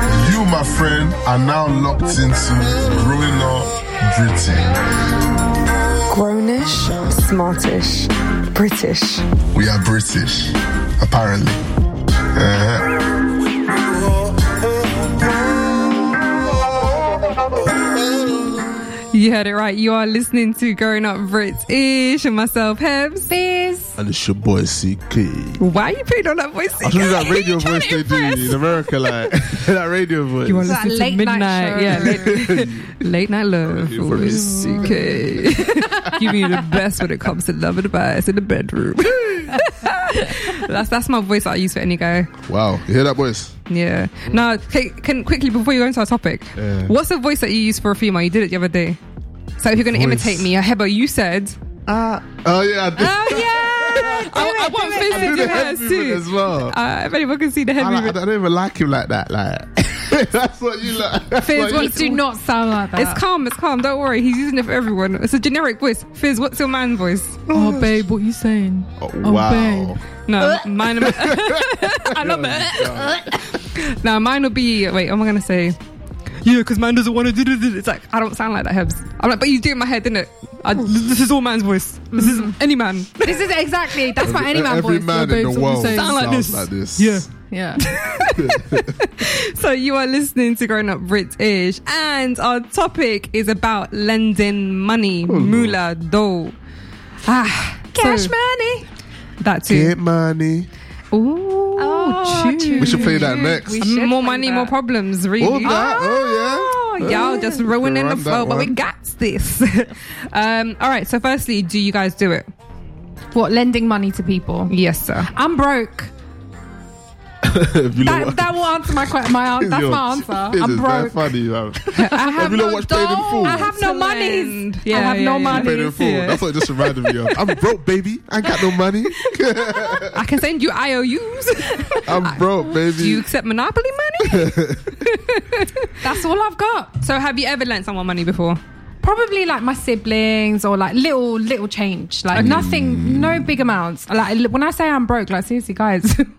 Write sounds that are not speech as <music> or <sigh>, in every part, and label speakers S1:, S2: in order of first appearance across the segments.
S1: and friend are now locked into growing up Britain.
S2: Grownish, smartish, British.
S1: We are British, apparently. Uh-huh.
S3: You heard it right. You are listening to Growing Up British and myself, Hebs. Biz.
S4: And it's your boy CK.
S3: Why are you putting on that voice? CK?
S4: I should do that radio voice they do in America, like <laughs> that radio voice.
S3: You want to
S4: that
S3: listen to midnight? yeah,
S4: <laughs>
S3: late, late night love with <laughs> CK. Give me the best when it comes to love advice in the bedroom. <laughs> that's that's my voice that I use for any guy.
S4: Wow, you hear that voice?
S3: Yeah. Now, hey, can quickly before you go into our topic,
S4: Yeah.
S3: what's the voice that you use for a female? You did it the other day. So if you're going to
S4: Voice.
S3: imitate me, Heba, you said,
S4: Ah, oh yeah, I did.
S3: "Oh <laughs> yeah, I, I
S4: <laughs>
S3: want
S4: I do
S3: Fizz
S4: the
S3: to do
S4: head
S3: hers
S4: movement
S3: too."
S4: as well.
S3: Uh, if anyone can see the head
S4: I, like- I
S3: movement,
S4: don't even like him like that. Like <laughs> that's what you like. That's
S3: Fizz,
S4: what you-
S3: what-
S5: You do not sound like that.
S3: it's calm. It's calm. Don't worry. He's using it for everyone. It's a generic voice. Fizz, what's your man voice?
S5: oh, babe, what you saying?
S4: Oh,
S5: Oh,
S4: wow.
S5: babe.
S3: No, <laughs> mine. I Øh. love it. now mine will be. Wait, what am I gonna say? Yeah, because man doesn't want to do this. It's like I don't sound like that, Hebs. I'm like, but you do in my head, didn't it? I, this is all man's voice. This is any man.
S5: Mm-hmm. This is
S3: <laughs>
S5: exactly that's my
S4: Every,
S5: any man
S4: every
S5: voice.
S4: man
S5: Your
S4: in
S5: babe's
S4: the
S5: all
S4: world
S5: saying-
S3: Sound like
S4: sounds
S3: this.
S4: like this.
S3: Yeah.
S5: Yeah.
S3: So you are listening to Growing Up British, and our topic is about lending money, moolah, dough, ah, so-
S5: money.
S3: That too.
S4: Get money.
S3: Ooh,
S5: Oh,
S3: tune.
S5: tune.
S4: We should play that
S5: Dude,
S4: next.
S5: we
S4: Oh,
S5: should
S3: more
S5: play
S3: money,
S5: that.
S3: more problems. Really,
S4: that. Oh, yeah.
S3: Y'all just ruining the
S4: Run that
S3: flow, but we
S4: one.
S3: got this. <laughs> um, all right. So, firstly, do you guys do it?
S5: What lending money to people?
S3: Yes, sir.
S5: I'm broke.
S4: If you know
S5: That,
S4: what-
S5: that will answer my question. My
S4: <laughs>
S5: an- that's
S4: Yo,
S5: my answer.
S4: this
S5: I'm
S4: is very <laughs>
S5: broke.
S4: funny, man.
S5: I <laughs> have
S4: you lot
S5: no
S4: watch Paid in
S5: dough.
S4: Full?
S5: I have no
S3: To
S5: money.
S3: lend. Yeah,
S5: I have
S3: yeah,
S5: no
S3: yeah.
S5: money.
S4: Paid in full.
S3: Yeah.
S4: That's what it just reminded me
S5: <laughs>
S4: of. I'm broke, baby. I ain't got no money.
S3: I can send you IOUs.
S4: I'm broke, baby.
S3: <laughs> do you accept Monopoly money?
S5: That's all I've got.
S3: so, have you ever lent someone money before?
S5: Probably like my siblings or like little little change,
S4: Mm.
S5: like nothing, no big amounts. Like li- when I say I'm broke, like seriously, guys. <laughs>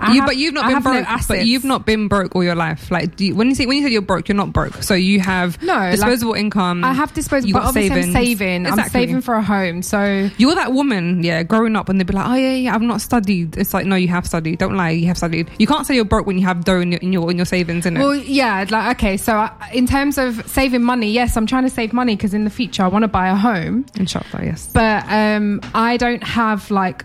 S5: I
S3: You,
S5: have-
S3: but you've not
S5: I
S3: been
S5: have no
S3: broke. but
S5: assets.
S3: you've not been broke all your life. Like do you, when you say when you say you're broke, you're not broke. So you have
S5: No, like,
S3: disposable income.
S5: I have disposable,
S3: Mm. you
S5: but
S3: got
S5: obviously I'm
S3: savings.
S5: saving. I'm
S3: Exactly.
S5: saving for a home, so
S3: You're that woman, yeah, growing up, and they'd be like, oh, yeah, yeah, I've not studied. It's like, no, you have studied. Don't lie, you have studied. You can't say you're broke when you have dough in your, in your, in your savings, innit?
S5: Well, yeah, like okay. So I, in terms of saving money, yes, I'm trying to save money because in the future I want to buy a home,
S3: Inshallah, yes.
S5: but um, I don't have like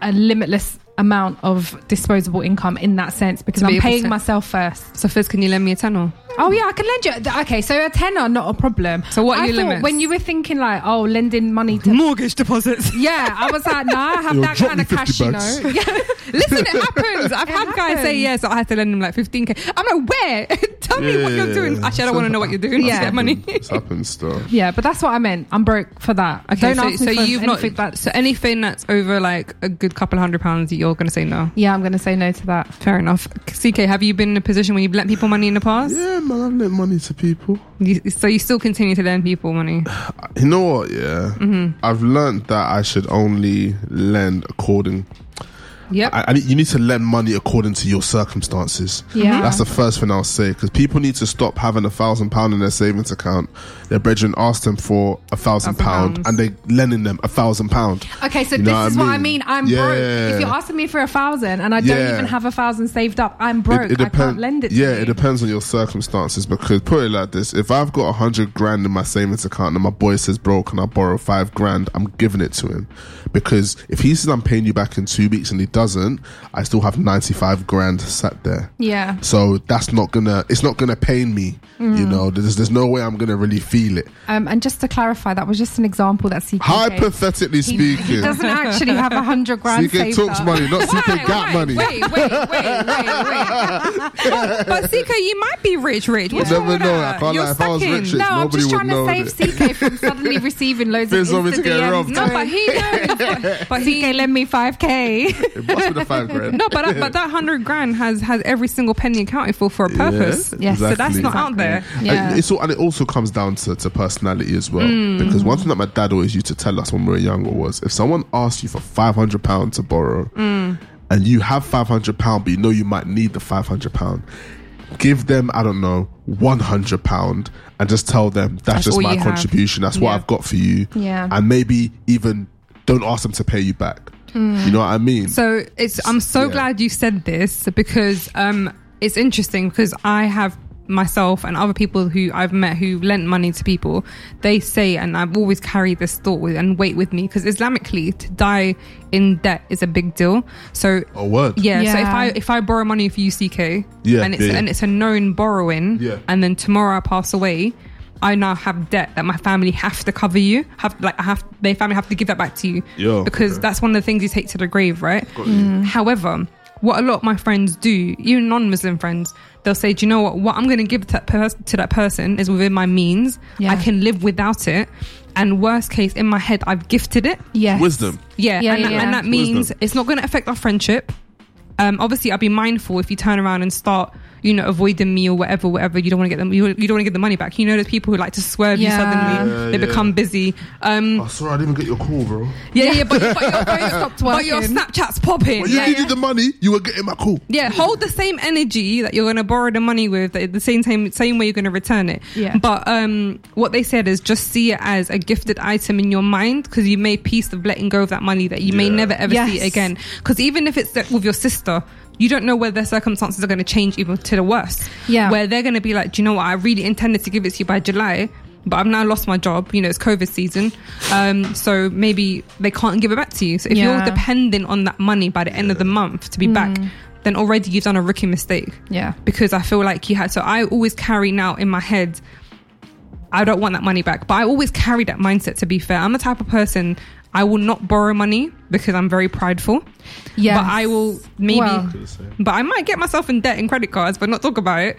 S5: a limitless amount of disposable income in that sense because
S3: To be
S5: I'm
S3: able
S5: paying
S3: to-
S5: myself first.
S3: So, Fizz, can you lend me a tenner?
S5: Oh yeah, I can lend you. th- Okay, so a tenner, not a problem.
S3: So what are
S5: I
S3: your
S5: thought
S3: limits?
S5: When you were thinking like, oh, lending money to
S3: Mortgage deposits.
S5: yeah, I was like, nah, I have
S4: Yo,
S5: that
S4: drop
S5: kind
S4: me
S5: of cash,
S4: 50
S5: you
S4: bucks.
S5: know. <laughs> Yeah.
S3: Listen, it happens. I've
S5: It
S3: had guys say
S5: happens.
S3: yes, I had to lend them like 15k. I'm like, where? <laughs> Tell me what
S4: Yeah.
S3: you're doing. Actually, I don't want to know what you're doing.
S5: Yeah.
S3: Yeah.
S4: <laughs>
S3: Get money.
S4: It's happened stuff.
S5: <laughs> yeah, but that's what I meant. I'm broke for that.
S3: Okay,
S5: don't
S3: so,
S5: ask
S3: so
S5: me for
S3: you've not
S5: anything that's-
S3: so anything that's over like a good couple of hundred pounds, you're gonna say no.
S5: yeah, I'm gonna say no to that.
S3: Fair enough. CK, have you been in a position where you've lent people money in the past?
S4: Yeah, man, I've lent money to people.
S3: You, so you still continue to lend people
S4: <laughs>
S3: money?
S4: You know what? Yeah,
S5: Mm-hmm.
S4: I've learned that I should only lend according.
S3: Yep.
S4: I, I need, you need to lend money according to your circumstances.
S5: Yeah.
S4: that's the first thing I'll say because people need to stop having a thousand pound in their savings account. Their brethren asked them for a thousand pound,
S3: pounds.
S4: and they lending them a thousand pound.
S5: Okay, so
S4: You
S5: this
S4: know
S5: is what I mean. I'm
S4: Yeah.
S5: broke. If you're asking me for a thousand and I
S4: Yeah.
S5: don't even have a thousand saved up, I'm broke. I can't lend it. To
S4: yeah,
S5: you.
S4: it depends on your circumstances. Because put it like this: if I've got a hundred grand in my savings account and my boy says bro, can I borrow five grand? I'm giving it to him because if he says I'm paying you back in two weeks and he doesn't, I still have ninety five grand sat there.
S5: Yeah.
S4: So that's not gonna. It's not gonna pain me. You
S5: Mm.
S4: know, there's there's no way I'm gonna really feel it.
S5: Um, and just to clarify, that was just an example that CK gave.
S4: Hypothetically
S5: He,
S4: speaking,
S5: he doesn't actually have a hundred grand
S4: CK
S5: saved
S4: talks
S5: up.
S4: money, not CK got
S3: wait,
S4: money.
S3: Wait, wait, wait, wait, wait. but, but CK, you might be rich, rich. What's
S4: You
S3: wrong
S4: never
S3: with
S4: know.
S3: that?
S4: I can't
S3: You're
S4: lie. If I
S3: stuck
S4: was
S3: in.
S4: rich,
S5: No, I'm
S4: Nobody
S5: just trying
S4: would know
S5: to save CK from suddenly receiving loads of
S4: Fizz always
S5: Insta
S4: get
S5: DMs.
S4: robbed.
S3: No, but he knows. but he
S5: CK, lend me five k.
S4: It must be the
S5: <laughs>
S4: five grand.
S3: no, but,
S4: <laughs>
S3: but that hundred grand has has every single penny accounted for for a purpose.
S4: Yeah,
S5: Yes, so
S3: that's
S4: exactly.
S3: not out there.
S5: Yeah. Mm.
S4: And it's all, and it also comes down to, to personality as well. Because one thing that my dad always used to tell us when we were younger was if someone asks you for five hundred pounds
S5: Mm.
S4: to borrow, and you have five hundred pound, but you know you might need the five hundred pound, give them I don't know one hundred pound and just tell them that's,
S5: That's
S4: just
S5: all
S4: my
S5: you have.
S4: contribution. That's what
S5: Yeah.
S4: I've got for you.
S5: Yeah.
S4: and maybe even don't ask them to pay you back.
S5: Mm.
S4: You know what I mean?
S3: So it's. I'm so
S4: Mm. Yeah.
S3: glad you said this because um, it's interesting because I have myself and other people who I've met who lent money to people. They say, and I've always carried this thought with and weight with me because Islamically, to die in debt is a big deal. So
S4: a word.
S3: Yeah, So if
S5: Yeah.
S3: I if I borrow money for UCK,
S4: Yeah,
S3: and it's
S4: yeah, yeah.
S3: and it's a known borrowing,
S4: Yeah.
S3: and then tomorrow I pass away, I now have debt that my family have to cover you. Have like I have their family have to give that back to you
S4: Yo,
S3: because
S4: okay. Mm.
S3: that's one of the things you take to the grave, right? However, what a lot of my friends do, even non-Muslim friends, they'll say, "Do you know what? What I'm going to give to that, pers- to that person is within my means.
S5: Yeah.
S3: I can live without it." And worst case, in my head, I've gifted it.
S5: Yes.
S4: Wisdom.
S3: Yeah,
S5: Yeah,
S3: and,
S5: yeah,
S3: and
S5: yeah.
S3: that means
S4: Wisdom.
S3: it's not going to affect our friendship. Um, obviously, I'll be mindful if you turn around and start, you know, avoiding me or whatever, whatever. You don't want to get them. You, you don't want to get the money back. You know, there's people who like to swerve
S5: Yeah.
S3: you suddenly.
S4: Yeah,
S3: they
S4: yeah.
S3: become busy. Um,
S5: Mm.
S4: Oh, sorry, I didn't even get your call, bro.
S3: yeah, yeah, but,
S5: <laughs>
S3: but your phone stopped But your
S5: working.
S3: Snapchat's popping.
S4: When you
S3: yeah,
S4: needed
S3: yeah.
S4: the money, you were getting my call.
S3: Yeah, hold the same energy that you're going to borrow the money with, the the same time, same way you're going to return it.
S5: Yeah.
S3: But um, what they said is just see it as a gifted item in your mind because you made peace of letting go of that money that you may
S4: Yeah.
S3: never ever
S5: Yes.
S3: see it again. Because even if it's with your sister, you don't know whether their circumstances are going to change even to the worse.
S5: Yeah.
S3: Where they're going to be like, do you know what? I really intended to give it to you by July. But I've now lost my job. You know, it's COVID season, um, so maybe they can't give it back to you. So if
S5: Yeah. Mm.
S3: you're dependent on that money by the end of the month to be back, then already you've done a rookie mistake
S5: Yeah.
S3: because I feel like you had. So I always carry now in my head, I don't want that money back. But I always carry that mindset, to be fair. I'm the type of person, I will not borrow money because I'm very prideful.
S5: Yes.
S3: But I will maybe.
S5: Well-
S3: But I might get myself in debt in credit cards, but not talk about it.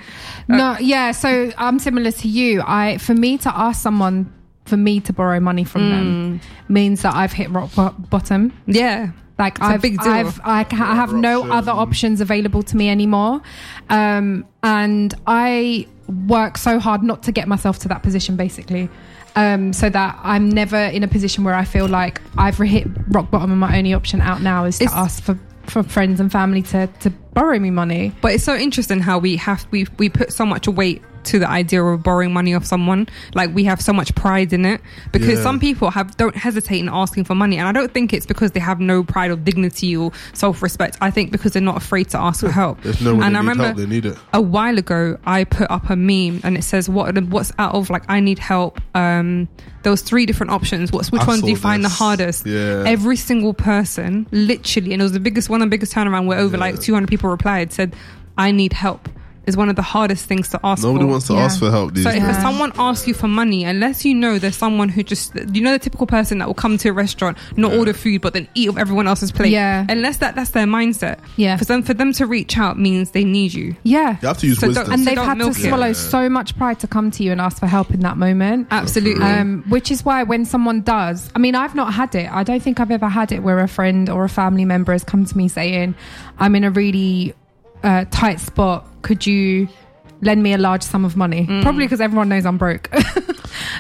S5: No, yeah. So I'm similar to you. I for me to ask someone for me to borrow money from
S3: Mm.
S5: them means that I've hit rock bo- bottom.
S3: Yeah.
S5: Like
S3: a
S5: I've,
S3: big deal.
S5: I've, I, ca- I have no
S4: options.
S5: other options available to me anymore, um, and I work so hard not to get myself to that position, basically, um, so that I'm never in a position where I feel like I've re- hit rock bottom, and my only option out now is to
S3: It's-
S5: ask for, for friends and family to to borrow me money.
S3: But it's so interesting how we have we we put so much weight to the idea of borrowing money off someone. Like we have so much pride in it because
S4: Yeah.
S3: some people have don't hesitate in asking for money, and I don't think it's because they have no pride or dignity or self respect. I think because they're not afraid to ask for help.
S4: There's no one
S3: and
S4: that
S3: I
S4: need
S3: remember
S4: help, they need it.
S3: a while ago I put up a meme and it says what what's out of like I need help. Um, there was three different options. What's which
S4: I
S3: one
S4: saw
S3: do you find
S4: this.
S3: the hardest?
S4: Yeah.
S3: Every single person, literally, and it was the biggest one of the biggest turnaround where over
S4: Yeah.
S3: like 200 people replied said, "I need help." Is one of the hardest things to ask.
S4: Nobody
S3: for.
S4: wants to
S5: Yeah.
S4: ask for help these
S3: So
S4: days.
S3: if
S5: Yeah.
S3: someone asks you for money, unless you know there's someone who just you know the typical person that will come to a restaurant, not
S4: Yeah.
S3: order food, but then eat off everyone else's plate.
S5: Yeah.
S3: Unless that that's their mindset.
S5: Yeah.
S3: For them for them to reach out means they need you.
S5: Yeah,
S4: You have to use
S3: So don't-
S4: wisdom.
S5: and
S3: So
S5: they've
S3: don't
S5: had to
S3: milk it.
S5: swallow so much pride to come to you and ask for help in that moment.
S3: Absolutely.
S5: Um, which is why when someone does, I mean, I've not had it. I don't think I've ever had it where a friend or a family member has come to me saying, "I'm in a really uh, tight spot. Could you lend me a large sum of money?"
S3: Mm.
S5: Probably because everyone knows I'm broke. <laughs>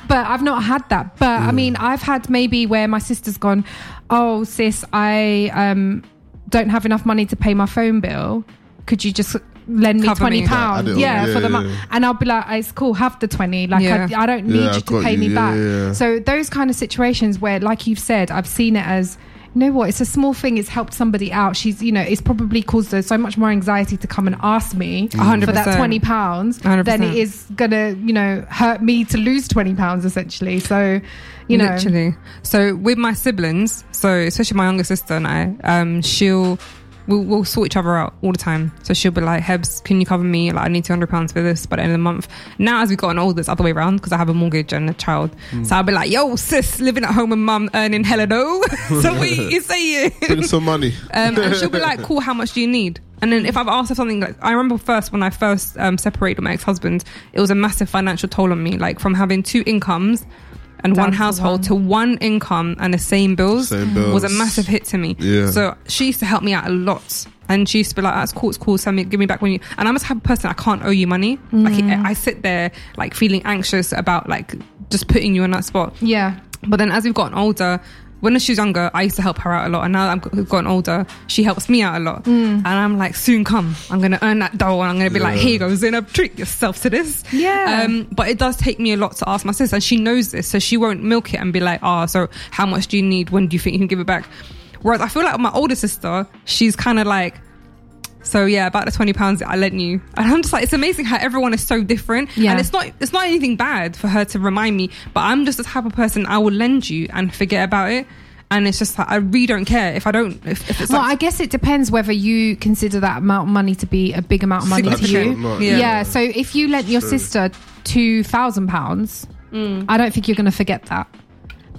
S5: but I've not had that. But I mean,
S4: Mm.
S5: I've had maybe where my sister's gone, "Oh, sis, I um, don't have enough money to pay my phone bill. Could you just?" Lend me
S3: Cover me.
S5: twenty
S4: I
S5: pounds,
S4: do.
S5: yeah,
S4: Yeah,
S5: for the
S4: yeah,
S5: month,
S4: yeah.
S5: and I'll be like, "It's cool, have the twenty. Like,
S3: Yeah.
S5: I, I don't
S4: Yeah,
S5: need
S4: I've
S5: you
S4: got
S5: to pay
S4: you.
S5: me
S4: Yeah,
S5: back."
S4: yeah, yeah.
S5: So those kind of situations where, like you've said, I've seen it as, you know what, it's a small thing. It's helped somebody out. She's, you know, it's probably caused her so much more anxiety to come and ask me
S4: Mm.
S5: for that
S3: 100%.
S5: twenty pounds than
S3: 100%.
S5: it is gonna, you know, hurt me to lose twenty pounds essentially. So, you know,
S3: literally. So with my siblings, so especially my younger sister and I, um, she'll we'll, we'll sort each other out all the time. So she'll be like, "Hebs, can you cover me? Like, I need two hundred pounds for this by the end of the month." Now, as we've gotten older, it's the other way around because I have a mortgage and a child. So I'll be like, "Yo, sis, living at home and mum earning hella dough. <laughs> so what you saying?"
S4: Bring some money.
S3: Um, and she'll
S4: <laughs>
S3: be like, "Cool, how much do you need?" And then if I've asked her something, like I remember first when I first um, separated with my ex-husband, it was a massive financial toll on me, like from having two incomes and
S5: Down
S3: one
S5: to
S3: household
S5: one.
S3: to one income and the same bills,
S4: Same bills.
S3: was a massive hit to me.
S4: Yeah.
S3: So she used to help me out a lot. And she used to be like, that's cool, it's cool, send me, give me back when you. And I'm the type of person, I can't owe you money. Like,
S5: Mm.
S3: I I sit there, like, feeling anxious about, like, just putting you in that spot.
S5: yeah,
S3: But then as we've gotten older, when she was younger, I used to help her out a lot, and now that I've g- gotten older, she helps me out a lot.
S5: Mm.
S3: And I'm like, soon come, I'm gonna earn that dough, and I'm gonna be like,
S4: Yeah.
S3: here you go, Zainab, treat yourself to this.
S5: Yeah.
S3: Um, but it does take me a lot to ask my sister, and she knows this, so she won't milk it and be like, ah, so how much do you need? When do you think you can give it back? Whereas I feel like my older sister, she's kind of like, so yeah, about the twenty pounds that I lent you, and I'm just like, it's amazing how everyone is so different,
S5: Yeah.
S3: and it's not it's not anything bad for her to remind me, but I'm just the type of person I will lend you and forget about it, and it's just like I really don't care if I don't if, if it's
S5: well, I
S3: like
S5: guess it depends whether you consider that amount of money to be a big amount of money to
S4: Significant
S5: you.
S4: amount,
S5: Yeah.
S3: Yeah.
S5: So if you lent your
S4: True.
S5: sister two thousand pounds,
S3: Mm.
S5: I don't think you're going to forget that.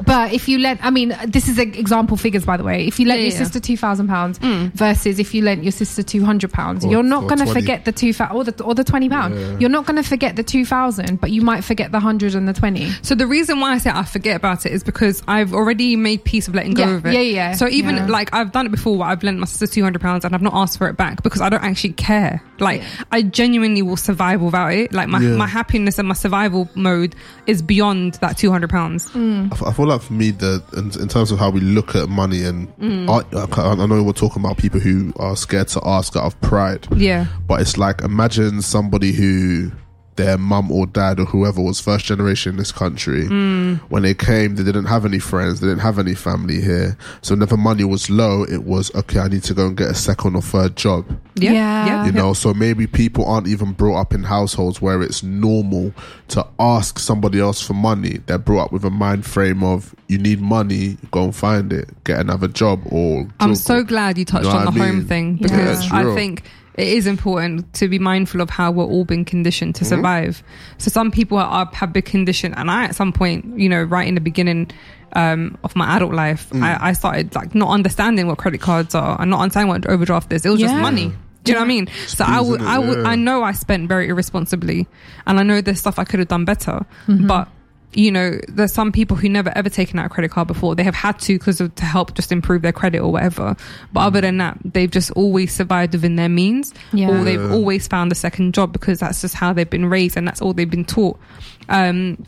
S5: But if you lent, I mean, this is an example figures, by the way. If you lent
S3: Yeah,
S5: your
S3: yeah. Mm.
S5: sister two thousand pounds versus if you lent your sister two hundred pounds,
S4: Or-
S5: you're
S4: or
S5: not going to
S4: 20.
S5: forget the two fa- or the or the twenty pound.
S4: Yeah.
S5: You're not going to forget the two thousand, but you might forget the hundred and the twenty.
S3: so the reason why I say I forget about it is because I've already made peace of letting go
S5: Yeah,
S3: of it.
S5: yeah, yeah,
S3: So even
S5: yeah.
S3: like I've done it before, where I've lent my sister two hundred pounds and I've not asked for it back because I don't actually care. Like I genuinely will survive without it. Like my
S4: Yeah.
S3: my happiness and my survival mode is beyond that two hundred pounds.
S5: Mm.
S4: I f- I feel like for me, the in, in terms of how we look at money, and
S3: Mm.
S4: I, I I know we're talking about people who are scared to ask out of pride.
S3: Yeah.
S4: But it's like imagine somebody who their mum or dad or whoever was first generation in this country.
S3: Mm.
S4: When they came, they didn't have any friends, they didn't have any family here. So whenever money was low, it was okay. I need to go and get a second or third job.
S3: Yeah.
S5: Yeah.
S3: yeah.
S4: You know, so maybe people aren't even brought up in households where it's normal to ask somebody else for money. They're brought up with a mind frame of you need money, go and find it, get another job, or
S3: I'm
S4: juggle.
S3: so glad you touched
S4: You know
S3: on the
S4: what I
S3: home
S4: mean?
S3: thing
S5: Yeah.
S3: because
S4: That's
S3: I
S4: real.
S3: think it is important to be mindful of how we're all being conditioned
S4: Mm-hmm.
S3: to survive. So some people are, have been conditioned, and I at some point, you know, right in the beginning um, of my adult life,
S4: Mm.
S3: I, I started like not understanding what credit cards are and not understanding what overdraft is. It was
S5: Yeah.
S3: just money. Do you know what I mean? So I would,
S4: isn't it?
S3: I would,
S4: Yeah.
S3: I know I spent very irresponsibly, and I know there's stuff I could have done better, but you know, there's some people who never ever taken out a credit card before. They have had to because of to help just improve their credit or whatever. But other than that, they've just always survived within their means,
S5: Yeah.
S3: or they've
S4: Yeah.
S3: always found a second job because that's just how they've been raised and that's all they've been taught. Um,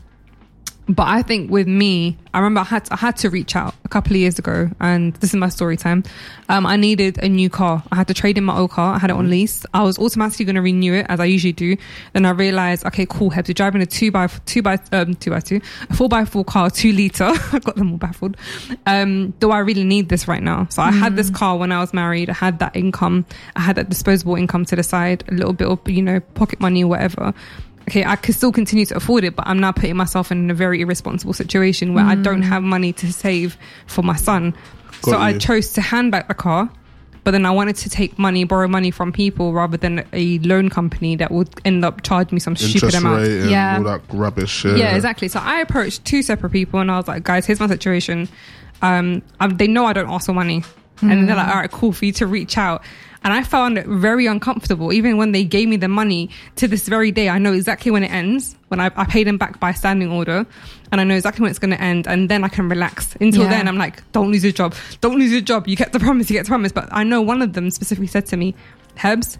S3: but I think with me, I remember I had to, I had to reach out a couple of years ago, and this is my story time. Um, I needed a new car. I had to trade in my old car. I had it on lease. I was automatically going to renew it as I usually do. Then I realized, okay, cool. Hebs, you're driving a two by two by um, two by two, a four by four car, two liter. <laughs> I got them all baffled. Um, do I really need this right now? So I had this car when I was married. I had that income. I had that disposable income to the side, a little bit of you know pocket money or whatever okay, I could still continue to afford it, but I'm now putting myself in a very irresponsible situation where I don't have money to save for my son.
S4: Mm. Got
S3: so I
S4: you.
S3: chose to hand back the car, but then I wanted to take money, borrow money from people rather than a loan company that would end up charging me some stupid
S4: interest
S3: amount.
S4: rate and
S5: Yeah.
S4: all that rubbish. Shit.
S3: Yeah, exactly. So I approached two separate people and I was like, guys, here's my situation. Um, um, they know I don't ask for money. And they're like, all right, cool for you to reach out. And I found it very uncomfortable, even when they gave me the money to this very day. I know exactly when it ends, when I, I pay them back by standing order, and I know exactly when it's going to end. And then I can relax. Until
S5: Yeah.
S3: then, I'm like, don't lose your job. Don't lose your job. You kept the promise, you kept the promise. But I know one of them specifically said to me, Hebs,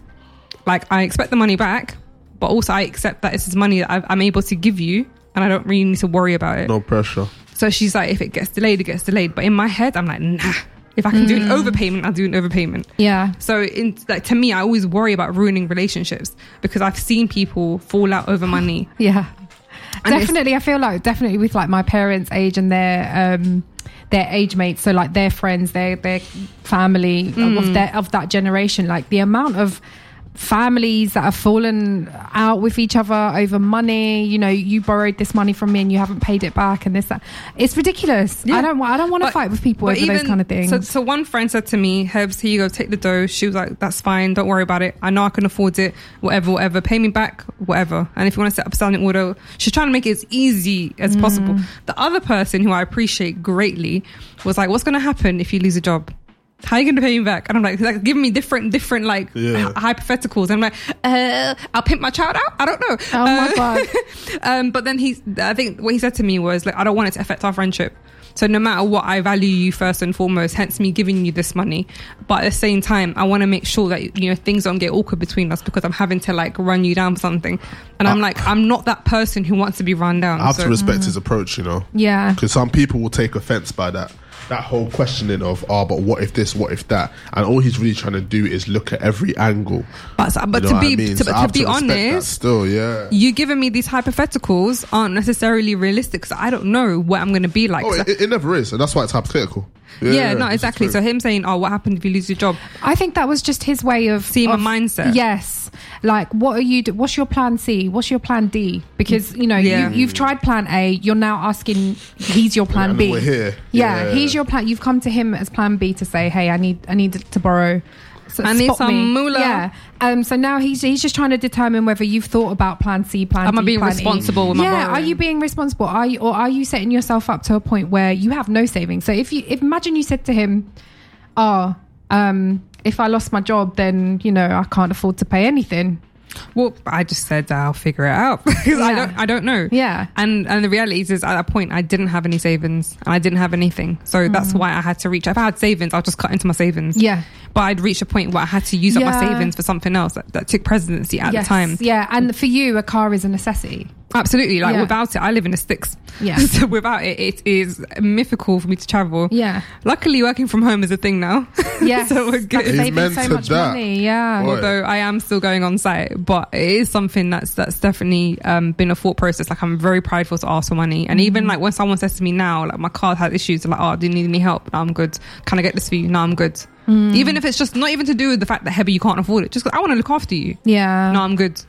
S3: like I expect the money back, but also I accept that this is money that I've, I'm able to give you, and I don't really need to worry about it.
S4: No pressure.
S3: So she's like, if it gets delayed, it gets delayed. But in my head, I'm like, nah. If I can do an overpayment, I'll do an overpayment.
S5: Yeah.
S3: So, in, like to me, I always worry about ruining relationships because I've seen people fall out over money.
S5: Yeah.
S3: And it's-
S5: definitely I feel like definitely with like my parents' age and their um their age mates, so like their friends, their their family
S3: Mm.
S5: of their of that generation, like the amount of families that have fallen out with each other over money, you know, you borrowed this money from me and you haven't paid it back and this that it's ridiculous. I
S3: Yeah.
S5: don't wa- I don't want to
S3: But-
S5: fight with people
S3: but
S5: over those
S3: even-
S5: kind of things.
S3: So, so one friend said to me, Herbs, here you go, take the dough. She was like, that's fine, don't worry about it. I know I can afford it, whatever, whatever. Pay me back, whatever. And if you want to set up a standing order, she's trying to make it as easy as
S5: Mm.
S3: possible. The other person who I appreciate greatly was like, what's going to happen if you lose a job? How are you going to pay me back? And I'm like, like giving me different, different like
S4: Yeah.
S3: h- hypotheticals. I'm like, uh, I'll pimp my child out. I don't know.
S5: oh my
S3: Uh, <laughs>
S5: god.
S3: um, but then he, I think what he said to me was like, I don't want it to affect our friendship. So no matter what, I value you first and foremost. Hence me giving you this money. But at the same time, I want to make sure that you know things don't get awkward between us because I'm having to like run you down for something. And I'm
S4: Uh,
S3: like, I'm not that person who wants to be run down.
S4: I have
S3: So-
S4: to respect his approach, you know.
S5: Yeah.
S4: Because some people will take offense by that. that whole questioning of ah, but what if this, what if that, and all he's really trying to do is look at every angle.
S3: But, so- but
S4: You know
S3: to
S4: what I
S3: be
S4: mean?
S3: to,
S4: So I
S3: to
S4: have
S3: be
S4: respect that
S3: honest,
S4: still, yeah.
S3: you giving me these hypotheticals aren't necessarily realistic because I don't know what I'm going to be like.
S4: Oh,
S3: So-
S4: it, it never is, and that's why it's hypothetical.
S3: yeah, no,
S4: it's
S3: exactly. So
S4: hypothetical.
S3: him saying, "Oh, what happened if you lose your job?"
S5: I think that was just his way of
S3: Seeing my
S5: of-
S3: mindset.
S5: Yes, like what are you? Do, what's your plan C? What's your plan D? Because you know
S3: Yeah.
S5: you, you've tried plan A. You're now asking he's your plan
S4: And
S5: B.
S4: we're here.
S5: Yeah,
S4: Yeah.
S5: he's your plan. You've come to him as plan B to say, hey, I need I need to borrow. so
S3: I need
S5: spot
S3: some
S5: me.
S3: moolah.
S5: Yeah. Um. So now he's he's just trying to determine whether you've thought about plan C, plan
S3: Am I
S5: D,
S3: being
S5: plan E.
S3: responsible with my
S5: yeah. Are
S3: borrowing?
S5: you being responsible? Are you or are you setting yourself up to a point where you have no savings? So if you if, imagine you said to him, oh, um, if I lost my job, then you know I can't afford to pay anything.
S3: Well, I just said I'll figure it out <laughs> because I
S5: Yeah.
S3: don't, I don't know.
S5: Yeah.
S3: And and the reality is, is at that point, I didn't have any savings and I didn't have anything, so that's why I had to reach. If I had savings, I'll just cut into my savings.
S5: Mm. Yeah.
S3: But I'd reached a point where I had to use up my
S5: Yeah.
S3: savings for something else that, that took presidency at
S5: Yes.
S3: the time.
S5: Yeah. And for you, a car is a necessity.
S3: Absolutely. Like
S5: Yeah.
S3: without it, I live in the sticks.
S5: Yeah.
S3: <laughs> so without it, it is mythical for me to travel.
S5: Yeah.
S3: Luckily, working from home is a thing now. <laughs>
S5: Yes.
S3: so we're
S5: That's
S3: good.
S4: Amen
S5: saving so
S4: to
S5: much
S4: that.
S5: money. Yeah.
S4: Boy.
S3: Although I am still going on site, but it is something that's that's definitely um, been a thought process. Like I'm very prideful to ask for money, and even like when someone says to me now, like my card had issues, they're like, oh, do you need any help? No, I'm good. Can I get this for you? No, I'm good. Even if it's just not even to do with the fact that Heber you can't afford it, just 'cause I want to look after you
S5: Yeah.
S3: no, I'm good.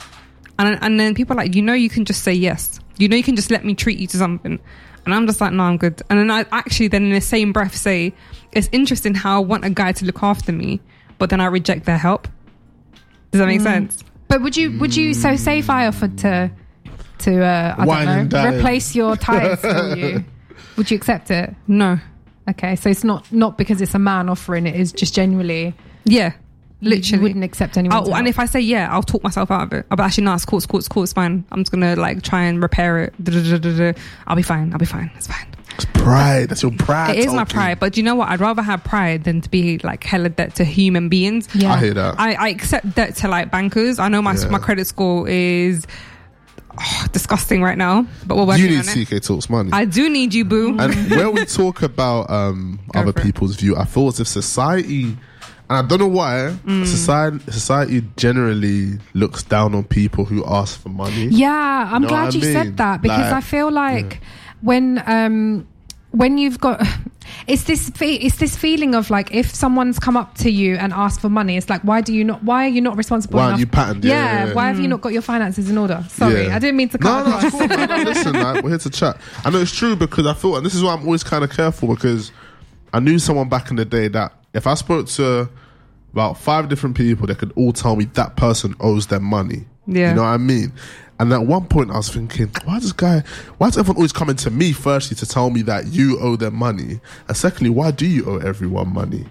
S3: And and then people are like, you know, you can just say yes. You know, you can just let me treat you to something. And I'm just like, no, I'm good. And then I actually then in the same breath say, it's interesting how I want a guy to look after me, but then I reject their help. Does that
S5: Mm.
S3: make sense?
S5: But would you would you so say if I offered to to uh, I
S4: Wine
S5: don't
S4: and
S5: know
S4: dine.
S5: replace your tires for
S4: <laughs>
S5: you, would you accept it?
S3: No.
S5: Okay, so it's not not because it's a man offering it; it's just genuinely
S3: Yeah.
S5: you-
S3: Literally.
S5: you wouldn't accept anyone.
S3: I'll- and if I say yeah, I'll talk myself out of it. I'll be like, actually, no, it's cool, it's cool, it's cool, it's fine. I'm just gonna like try and repair it. Da-da-da-da-da. I'll be fine. I'll be fine. It's fine.
S4: It's pride. That's your pride.
S3: it is my
S4: Tolkien.
S3: pride, but do you know what? I'd rather have pride than to be like hella debt to human beings.
S5: yeah.
S4: I hear that.
S3: I, I accept debt to like bankers. I know my
S4: Yeah.
S3: my credit score is oh, disgusting right now, but we're working
S4: you need
S3: on it.
S4: CK Talks money.
S3: I do need you, boo.
S5: <laughs>
S4: and where we talk about um,
S3: Go
S4: other
S3: for it.
S4: people's view, I feel as if society, and I don't know why,
S5: Mm.
S4: society society generally looks down on people who ask for money.
S5: Yeah, I'm
S4: Know
S5: glad
S4: what I
S5: you
S4: mean?
S5: said that because
S4: Like-
S5: I feel like when um when you've got <laughs> it's this fe- it's this feeling of like if someone's come up to you and asked for money, it's like why do you not why are you not responsible?
S4: Why aren't
S5: enough?
S4: you patterned? Yeah,
S5: Yeah,
S4: yeah, yeah.
S5: why have
S3: Mm.
S5: you not got your finances in order? Sorry,
S4: Yeah.
S5: I didn't mean to
S4: No,
S5: cut
S4: no, it's
S5: across.
S4: cool. man. Listen, like, we're here to chat. I know it's true because I feel, and this is why I'm always kind of careful because I knew someone back in the day that if I spoke to about five different people, they could all tell me that person owes them money.
S3: Yeah.
S4: You know what I mean? And at one point, I was thinking, why this guy? Why is everyone always coming to me firstly to tell me that you owe them money, and secondly, why do you owe everyone money?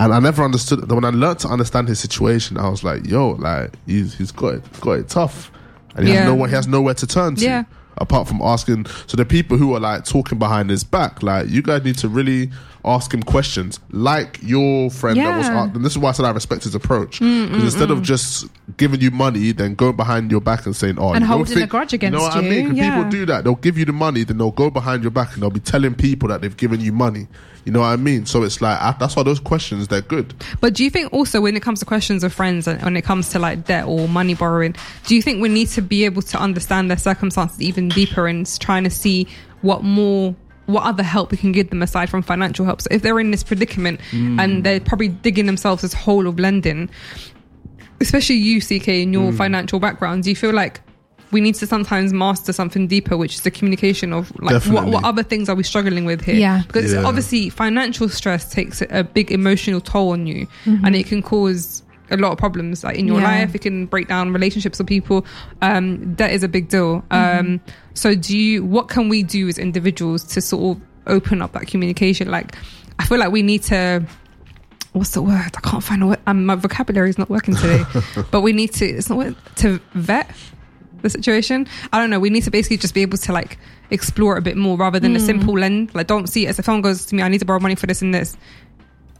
S4: And I never understood. When I learned to understand his situation, I was like, "Yo, like he's he's got it, got it tough, and he
S3: Yeah.
S4: has nowhere he has nowhere to turn to
S3: Yeah.
S4: apart from asking. So the people who are like talking behind his back, like you guys need to really ask him questions, like your friend that was.
S5: Yeah. Mm,
S4: Up, and this is why I said I respect his approach because instead of just giving you money, then going behind your back and saying, "Oh,
S5: And
S4: you don't
S5: holding
S4: think-"
S5: a grudge
S4: You
S5: against
S4: know what I
S5: you,
S4: mean? 'Cause
S5: yeah.
S4: People do that. They'll give you the money, then they'll go behind your back and they'll be telling people that they've given you money. You know what I mean? So it's like I, that's why those questions they're good.
S3: But do you think also when it comes to questions of friends and when it comes to like debt or money borrowing, do you think we need to be able to understand their circumstances even deeper and s- trying to see what more what other help we can give them aside from financial help? So if they're in this predicament and they're probably digging themselves this hole of lending, especially you, CK, in your financial background, do you feel like we need to sometimes master something deeper, which is the communication of like what,
S4: Definitely.
S3: what other things are we struggling with here?
S5: Yeah.
S3: because
S4: Yeah.
S3: obviously financial stress takes a big emotional toll on you, and it can cause a lot of problems like in your
S5: Yeah.
S3: life. It can break down relationships with people. Um, that is a big deal. Um, so do you? What can we do as individuals to sort of open up that communication? Like, I feel like we need to what's the word? I can't find a word. Um, my vocabulary is not working today. but we need to. It's not word- to vet the situation. I don't know. We need to basically just be able to like explore it a bit more rather than a simple lend. Like, don't see it as if someone goes to me, I need to borrow money for this and this.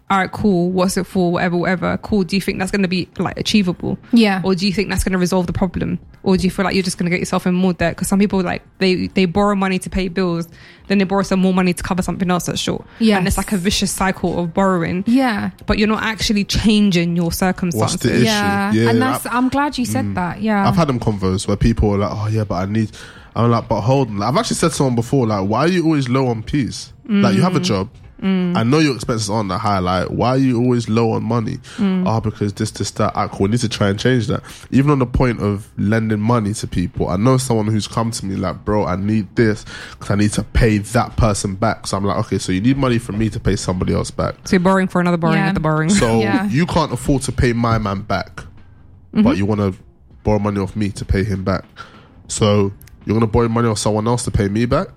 S3: All right, cool. What's it for? Whatever, whatever. Cool. Do you think that's going to be like achievable?
S5: <laughs> Yeah.
S3: Or do you think that's going to resolve the problem? or do you feel like you're just going to get yourself in more debt? Because some people like they they borrow money to pay bills, then they borrow some more money to cover something else that's short.
S5: Yes.
S3: and it's like a vicious cycle of borrowing.
S5: Yeah.
S3: but you're not actually changing your circumstances.
S4: What's the issue?
S5: Yeah.
S4: Yeah,
S5: and
S4: I- Mm.
S5: that's, I'm glad you said that. Yeah.
S4: I've had them convos where people are like, "Oh yeah, but I need." I'm like, "But hold on." Like, I've actually said to someone before, like, "Why are you always low on peas? Like, you have a job. I know your expenses aren't that high. Like, why are you always low on money? Ah, because this, this, that. Ah, cool. We need to try and change that. Even on the point of lending money to people, I know someone who's come to me like, "Bro, I need this because I need to pay that person back." So I'm like, "Okay, so you need money from me to pay somebody else back."
S3: So you're borrowing for another borrowing,
S5: Yeah.
S3: another borrowing.
S4: So
S5: Yeah.
S4: you can't afford to pay my man back, but you want to borrow money off me to pay him back. So you're going to borrow money off someone else to pay me back.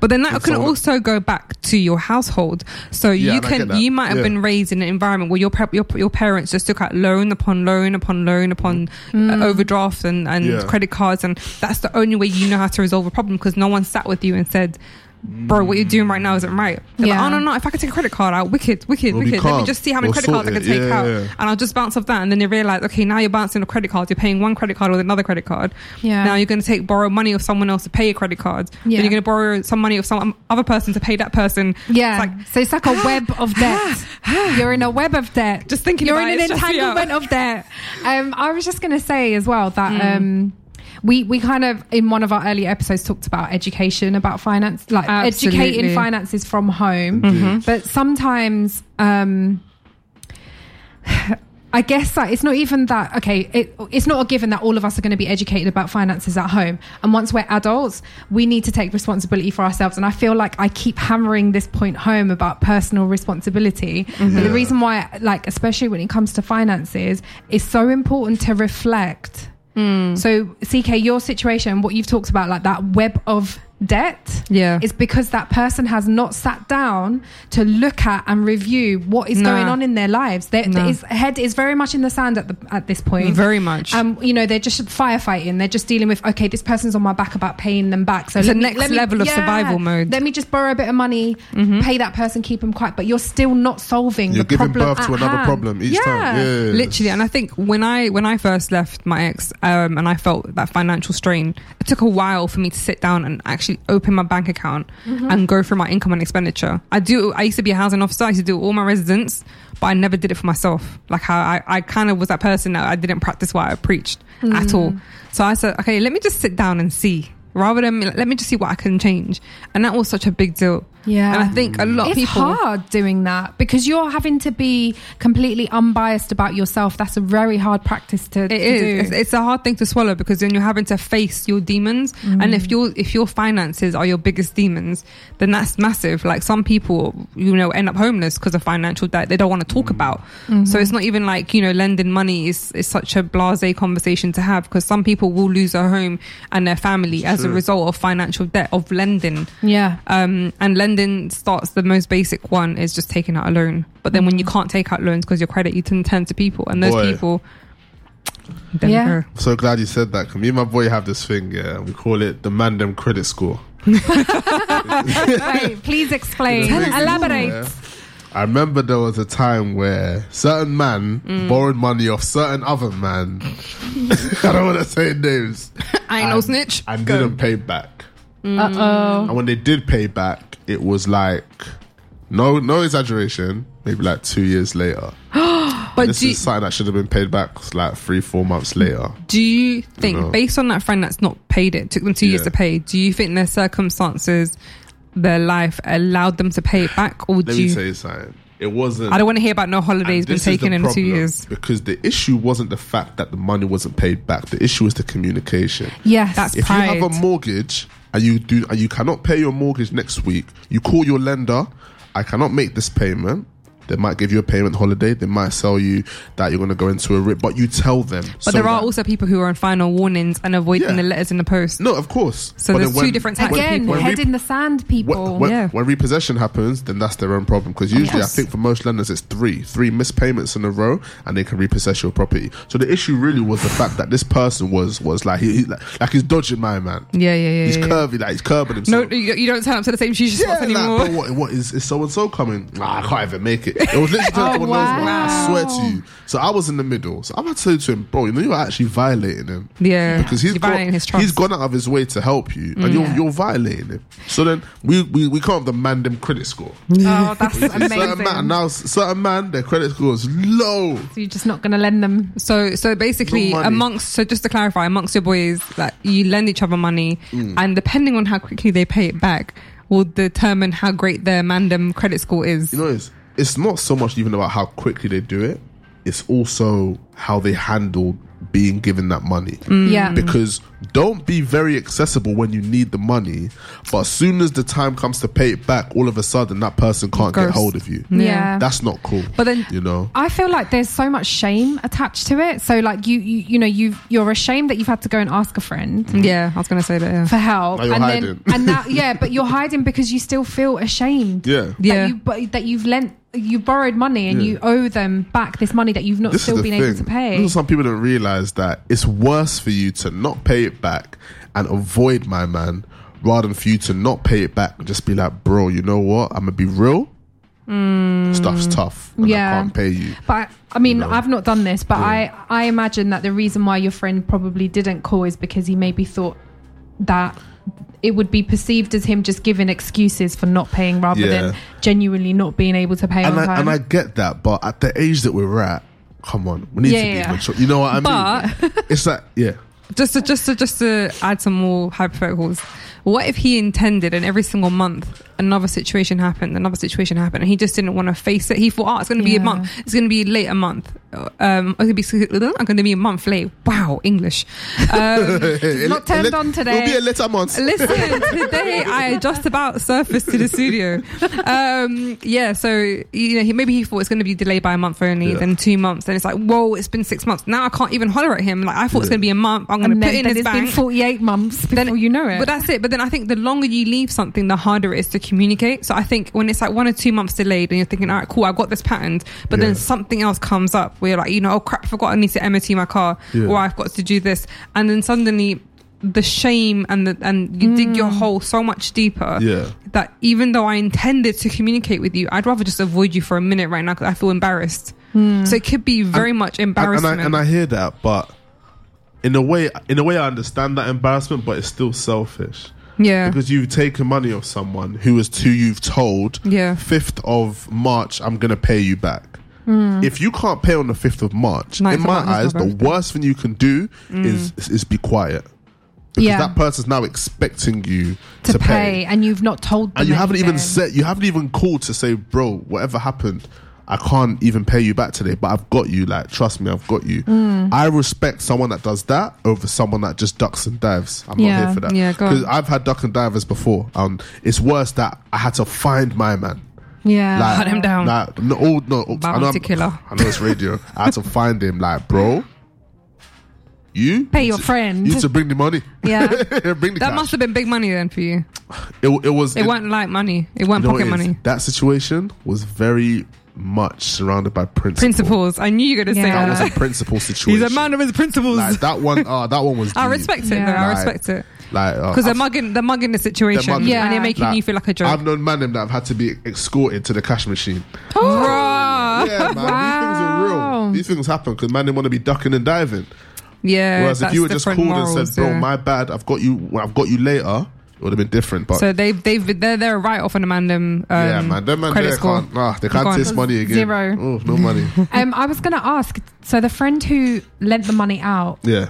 S3: But then that
S4: If
S3: can
S4: someone-
S3: also go back to your household. So
S4: Yeah,
S3: you
S4: and I get
S3: can
S4: that.
S3: you might have
S4: Yeah.
S3: been raised in an environment where your pre- your your parents just took out loan upon loan upon loan upon
S5: Mm.
S3: uh, overdraft and and
S4: Yeah.
S3: credit cards, and that's the only way you know how to resolve a problem because no one sat with you and said. Bro, what you're doing right now isn't right. They're
S5: Yeah.
S3: like, oh no, no! If I could take a credit card out, wicked, wicked,
S4: We'll be
S3: wicked. Let me
S4: calm.
S3: just see how many
S4: We'll
S3: credit cards I
S4: sort
S3: can
S4: it.
S3: take
S4: Yeah,
S3: out,
S4: yeah.
S3: and I'll just bounce off that. And then they realize, okay, now you're bouncing a credit card. You're paying one credit card with another credit card.
S5: Yeah.
S3: Now you're going to take borrow money of someone else to pay a credit card.
S5: Yeah.
S3: Then you're going to borrow some money of some other person to pay that person.
S5: yeah.
S3: It's like,
S5: so it's
S3: <gasps>
S5: like a web of debt. You're in a web of debt.
S3: Just thinking
S5: You're
S3: about
S5: in
S3: it
S5: an
S3: stresses me out.
S5: entanglement of debt. Um, I was just going to say as well that
S3: Mm.
S5: um, we we kind of in one of our earlier episodes talked about education, about finance, like educating
S3: Absolutely.
S5: finances from home.
S4: Mm-hmm.
S5: But sometimes. Um, <sighs> I guess that it's not even that okay. It, it's not a given that all of us are going to be educated about finances at home. And once we're adults, we need to take responsibility for ourselves. And I feel like I keep hammering this point home about personal responsibility. But the
S4: Yeah.
S5: reason why, like, especially when it comes to finances, it's so important to reflect.
S3: Mm.
S5: So, CK, your situation, what you've talked about, like that web of debt,
S3: Yeah.
S5: is because that person has not sat down to look at and review what is
S3: Nah.
S5: going on in their lives. They,
S3: No.
S5: his head is very much in the sand at the at this point.
S3: Very much.
S5: Um, you know, they're just firefighting. They're just dealing with okay, this person's on my back about paying them back. So
S3: It's the next level of survival mode. Mm-hmm.
S5: Let me just borrow a bit of money, pay that person, keep them quiet. But you're still not solving.
S4: You're
S5: the
S4: giving
S5: problem
S4: birth
S5: at
S4: to another
S5: hand.
S4: problem each
S5: yeah.
S4: time. Yeah,
S3: literally and i think when i when i first left my ex um, and i felt that financial strain it took a while for me to sit down and actually open my bank account
S5: Mm-hmm.
S3: and go through my income and expenditure i do i used to be a housing officer i used to do all my residents but i never did it for myself like how i, I kind of was that person that i didn't practice what i preached
S5: Mm.
S3: at all so i said okay let me just sit down and see rather than let me just see what i can change and that was such a big deal
S5: Yeah.
S3: and i think a lot of
S5: It's
S3: people
S5: hard doing that because you're having to be completely unbiased about yourself. That's a very hard practice to, to
S3: It is. It's,
S5: do.
S3: it's a hard thing to swallow because then you're having to face your demons, and if your if your finances are your biggest demons, then that's massive. Like some people, you know, end up homeless because of financial debt they don't want to talk about. So it's not even like you know, lending money is is such a blasé conversation to have because some people will lose their home and their family as a
S4: true.
S3: result of financial debt of lending.
S5: <laughs> yeah.
S3: Um, and lending starts the most basic one is just taking out a loan. But then when you can't take out loans because your credit, you can turn to people, and those
S4: Boy.
S3: people. Them
S5: Yeah.
S3: girl.
S4: I'm so glad you said that. 'cause Me and my boy have this thing. Yeah, we call it the Mandem Credit Score.
S5: Wait, please explain.
S4: Tell us
S5: Elaborate.
S4: Yeah. I remember there was a time where certain man borrowed money off certain other man. <laughs> I don't want to say names.
S3: <laughs> I ain't no snitch.
S4: And didn't pay back.
S5: Uh
S4: And when they did pay back, it was like no no exaggeration, maybe like two years later.
S3: But
S4: This
S3: do,
S4: is something that should have been paid back like three, four months later.
S3: do you think,
S4: No.
S3: based on that friend that's not paid it, took them two years
S4: Yeah.
S3: to pay, do you think their circumstances, their life allowed them to pay it back? Or
S4: Let
S3: do
S4: me
S3: you.
S4: tell you something. It wasn't
S3: I don't want to hear about no
S4: and
S3: holidays been
S4: this is the
S3: taken in two
S4: problem,
S3: years.
S4: Because the issue wasn't the fact that the money wasn't paid back. The issue is the communication.
S5: Yes.
S3: That's
S4: if you have
S3: Pride.
S4: a mortgage and you do and you cannot pay your mortgage next week, you call your lender. I cannot make this payment. They might give you a payment holiday. They might sell you that you're going to go into a rip, but you tell them.
S3: But there are also people who are on final warnings and avoiding
S4: Yeah.
S3: the letters in the post.
S4: no, of course.
S3: So
S4: But
S3: there's
S4: then
S3: two different types of
S5: Again,
S3: people.
S4: when
S5: head
S4: we-
S5: in the sand, people.
S4: when, when,
S3: yeah.
S4: when repossession happens, then that's their own problem. Because usually, I
S5: course.
S4: think for most lenders, it's three, three missed payments in a row, and they can repossess your property. So the issue really was the fact that this person was was like he, he like, like he's dodging my man.
S3: Yeah, yeah, yeah.
S4: He's
S3: yeah, yeah.
S4: curvy, like he's curbing himself.
S3: No, you you don't turn up to the same shoes
S4: Yeah,
S3: spots
S4: like,
S3: anymore.
S4: but what, what is, is so and so coming? Nah, I can't even make it. It was
S3: <laughs>
S4: literally turned into
S5: Oh,
S4: one of those, like, I
S5: wow.
S4: swear to you. So I was in the middle. So I had to say to him, bro, you know you're actually violating him.
S3: Yeah.
S4: Because he's
S3: You're
S4: gone,
S3: violating his trust.
S4: he's gone out of his way to help you, and you're you're violating him. So then we we, we can't have the mandem credit score.
S5: <laughs> Oh, that's
S4: Certain man
S5: amazing.
S4: now, certain man, their credit score is low.
S5: So you're just not going to lend them.
S3: So, so basically,
S4: No money.
S3: amongst so just to clarify, amongst your boys, like you lend each other money,
S4: Mm.
S3: and depending on how quickly they pay it back, will determine how great their mandem credit score is.
S4: You know, it's it's not so much even about how quickly they do it. It's also how they handle being given that money.
S3: Mm.
S5: Yeah.
S4: because don't be very accessible when you need the money. But as soon as the time comes to pay it back, all of a sudden that person can't get
S3: Ghost.
S4: hold of you.
S5: Yeah.
S4: That's not cool.
S3: But then-
S4: you know,
S5: I feel like there's so much shame attached to it. So like you, you, you know, you you're ashamed that you've had to go and ask a friend
S3: Yeah, I was gonna say that. Yeah.
S5: for
S4: Mm.
S5: help,
S4: Now you're
S5: and
S4: hiding.
S5: then
S4: <laughs>
S5: and now yeah, but you're hiding because you still feel ashamed.
S4: yeah,
S3: Yeah.
S5: That you, but that you've lent, you borrowed money, and
S4: Yeah.
S5: you owe them back this money that you've not
S4: This
S5: still
S4: is the
S5: been
S4: thing.
S5: able to pay.
S4: This is some people don't realize that it's worse for you to not pay it back and avoid my man rather than for you to not pay it back and just be like, bro, you know what? I'm gonna be real. Stuff's tough. And
S5: Hmm. Yeah.
S4: I can't pay you.
S5: But I mean,
S4: You know.
S5: I've not done this, but I, I imagine that the reason why your friend probably didn't call is because he maybe thought that it would be perceived as him just giving excuses for not paying rather than
S4: Yeah.
S5: genuinely not being able to pay on
S4: And I,
S5: time.
S4: and I get that, but at the age that we're at, come on, we need
S5: Yeah,
S4: to be
S5: yeah.
S4: mature. You know what I mean? <laughs> it's like, yeah.
S3: Just to just to just to add some more hypotheticals. What if he intended, and every single month another situation happened, another situation happened, and he just didn't want to face it. He thought, oh, it's going to be a
S5: Yeah.
S3: month. It's going to be late a month. Um, I'm going to be <laughs> I'm going to be a month late. Wow,
S4: <laughs>
S3: English. Um,
S5: <laughs> not turned
S4: Let-
S5: on today.
S4: It'll be a letter month.
S3: <laughs> Listen, today I just about surfaced to the studio. Um, yeah, so you know, he, maybe he thought it's going to be delayed by a month only,
S4: Yeah.
S3: then two months, then it's like, whoa, it's been six months. Now I can't even holler at him. Like I thought it's
S4: Yeah.
S3: going to be a month. I'm going
S5: And
S3: to
S5: then,
S3: put in
S5: then
S3: his
S5: it's
S3: bank.
S5: been 48 months before you know it.
S3: But that's it. But then I think the longer you leave something, the harder it is to communicate. So I think when it's like one or two months delayed and you're thinking, all right, cool, I got this patterned, but
S4: Yeah.
S3: then something else comes up where you're like, you know, oh crap, I forgot I need to MOT my car
S4: Yeah.
S3: or I've got to do this. And then suddenly the shame and the, and you dig your hole so much deeper
S4: Yeah.
S3: that even though I intended to communicate with you, I'd rather just avoid you for a minute right now because I feel embarrassed. So it could be very much
S4: And, and,
S3: embarrassment.
S4: I, and I hear that, but in a way, in a way, I understand that embarrassment, but it's still selfish
S3: yeah.
S4: because you've taken money off someone who is who you've told.
S3: Yeah.
S4: fifth of March, I'm gonna pay you back.
S5: Mm.
S4: If you can't pay on the fifth of March,
S3: Ninth
S4: in
S3: of
S4: my
S3: March is my
S4: eyes, the
S3: birthday.
S4: worst thing you can do is is be quiet because
S5: Mm. Yeah.
S4: that person's now expecting you
S5: to, pay, and you've not told them
S4: and you haven't even
S5: anything.
S4: said you haven't even called to say bro whatever happened i can't even pay you back today but i've got you like trust me i've got you
S3: Mm.
S4: i respect someone that does that over someone that just ducks and dives i'm
S5: Yeah,
S4: not here for that
S3: yeah, go on.
S4: i've had duck and divers before um it's worse that i had to find my man
S5: yeah.
S3: <laughs>
S4: like,
S3: Hunt Ah, him down.
S4: Like, no, oh, no, oh, I know,
S3: Bounty
S4: I'm-
S3: killer.
S4: <laughs> I know it's radio. I had to find him. Like, bro, you
S5: Pay your
S4: you-
S5: friend.
S4: You need to bring the money. <laughs>
S5: Yeah.
S4: bring the
S3: that
S4: cash.
S3: must have been big money then for you.
S4: it, it was.
S3: It weren't like money. It weren't
S4: You know
S3: pocket
S4: what it is?
S3: money.
S4: That situation was very much surrounded by principle.
S3: Principles. I knew you were going to
S5: Yeah.
S4: That was
S3: say
S4: a
S3: that. <laughs>
S4: principle situation.
S3: He's a man of his principles.
S4: Like that one. Uh, that one was.
S3: I
S4: deep.
S3: respect it
S5: Yeah.
S3: though. I
S4: Like-
S3: respect it
S4: Like uh,
S3: because they're
S4: I've-
S3: mugging, they're mugging the situation,
S4: mugging
S5: it.
S3: and they're making
S4: like,
S3: you feel like a joke.
S4: I've known man them that have had to be escorted to the cash machine.
S3: Oh. Bruh.
S4: Yeah, man. These things are
S5: Wow.
S4: real. These things happen because man didn't want to be ducking and diving.
S3: Yeah.
S4: Whereas if
S3: that's
S4: you were just called
S3: different
S4: and
S3: morals,
S4: said, "Bro,
S3: yeah.
S4: my bad. I've got you. well, I've got you later." It would have been different. But
S3: So they they they're they're right off on a mandem. Um,
S4: yeah, man. Them man
S3: credit
S4: there
S3: score.
S4: can't. Nah, they
S3: Go
S4: can't
S3: on.
S4: taste money again.
S5: Zero.
S4: Oh, no
S3: <laughs>
S4: money.
S5: um, I was going to ask so the friend who lent the money out,
S4: yeah.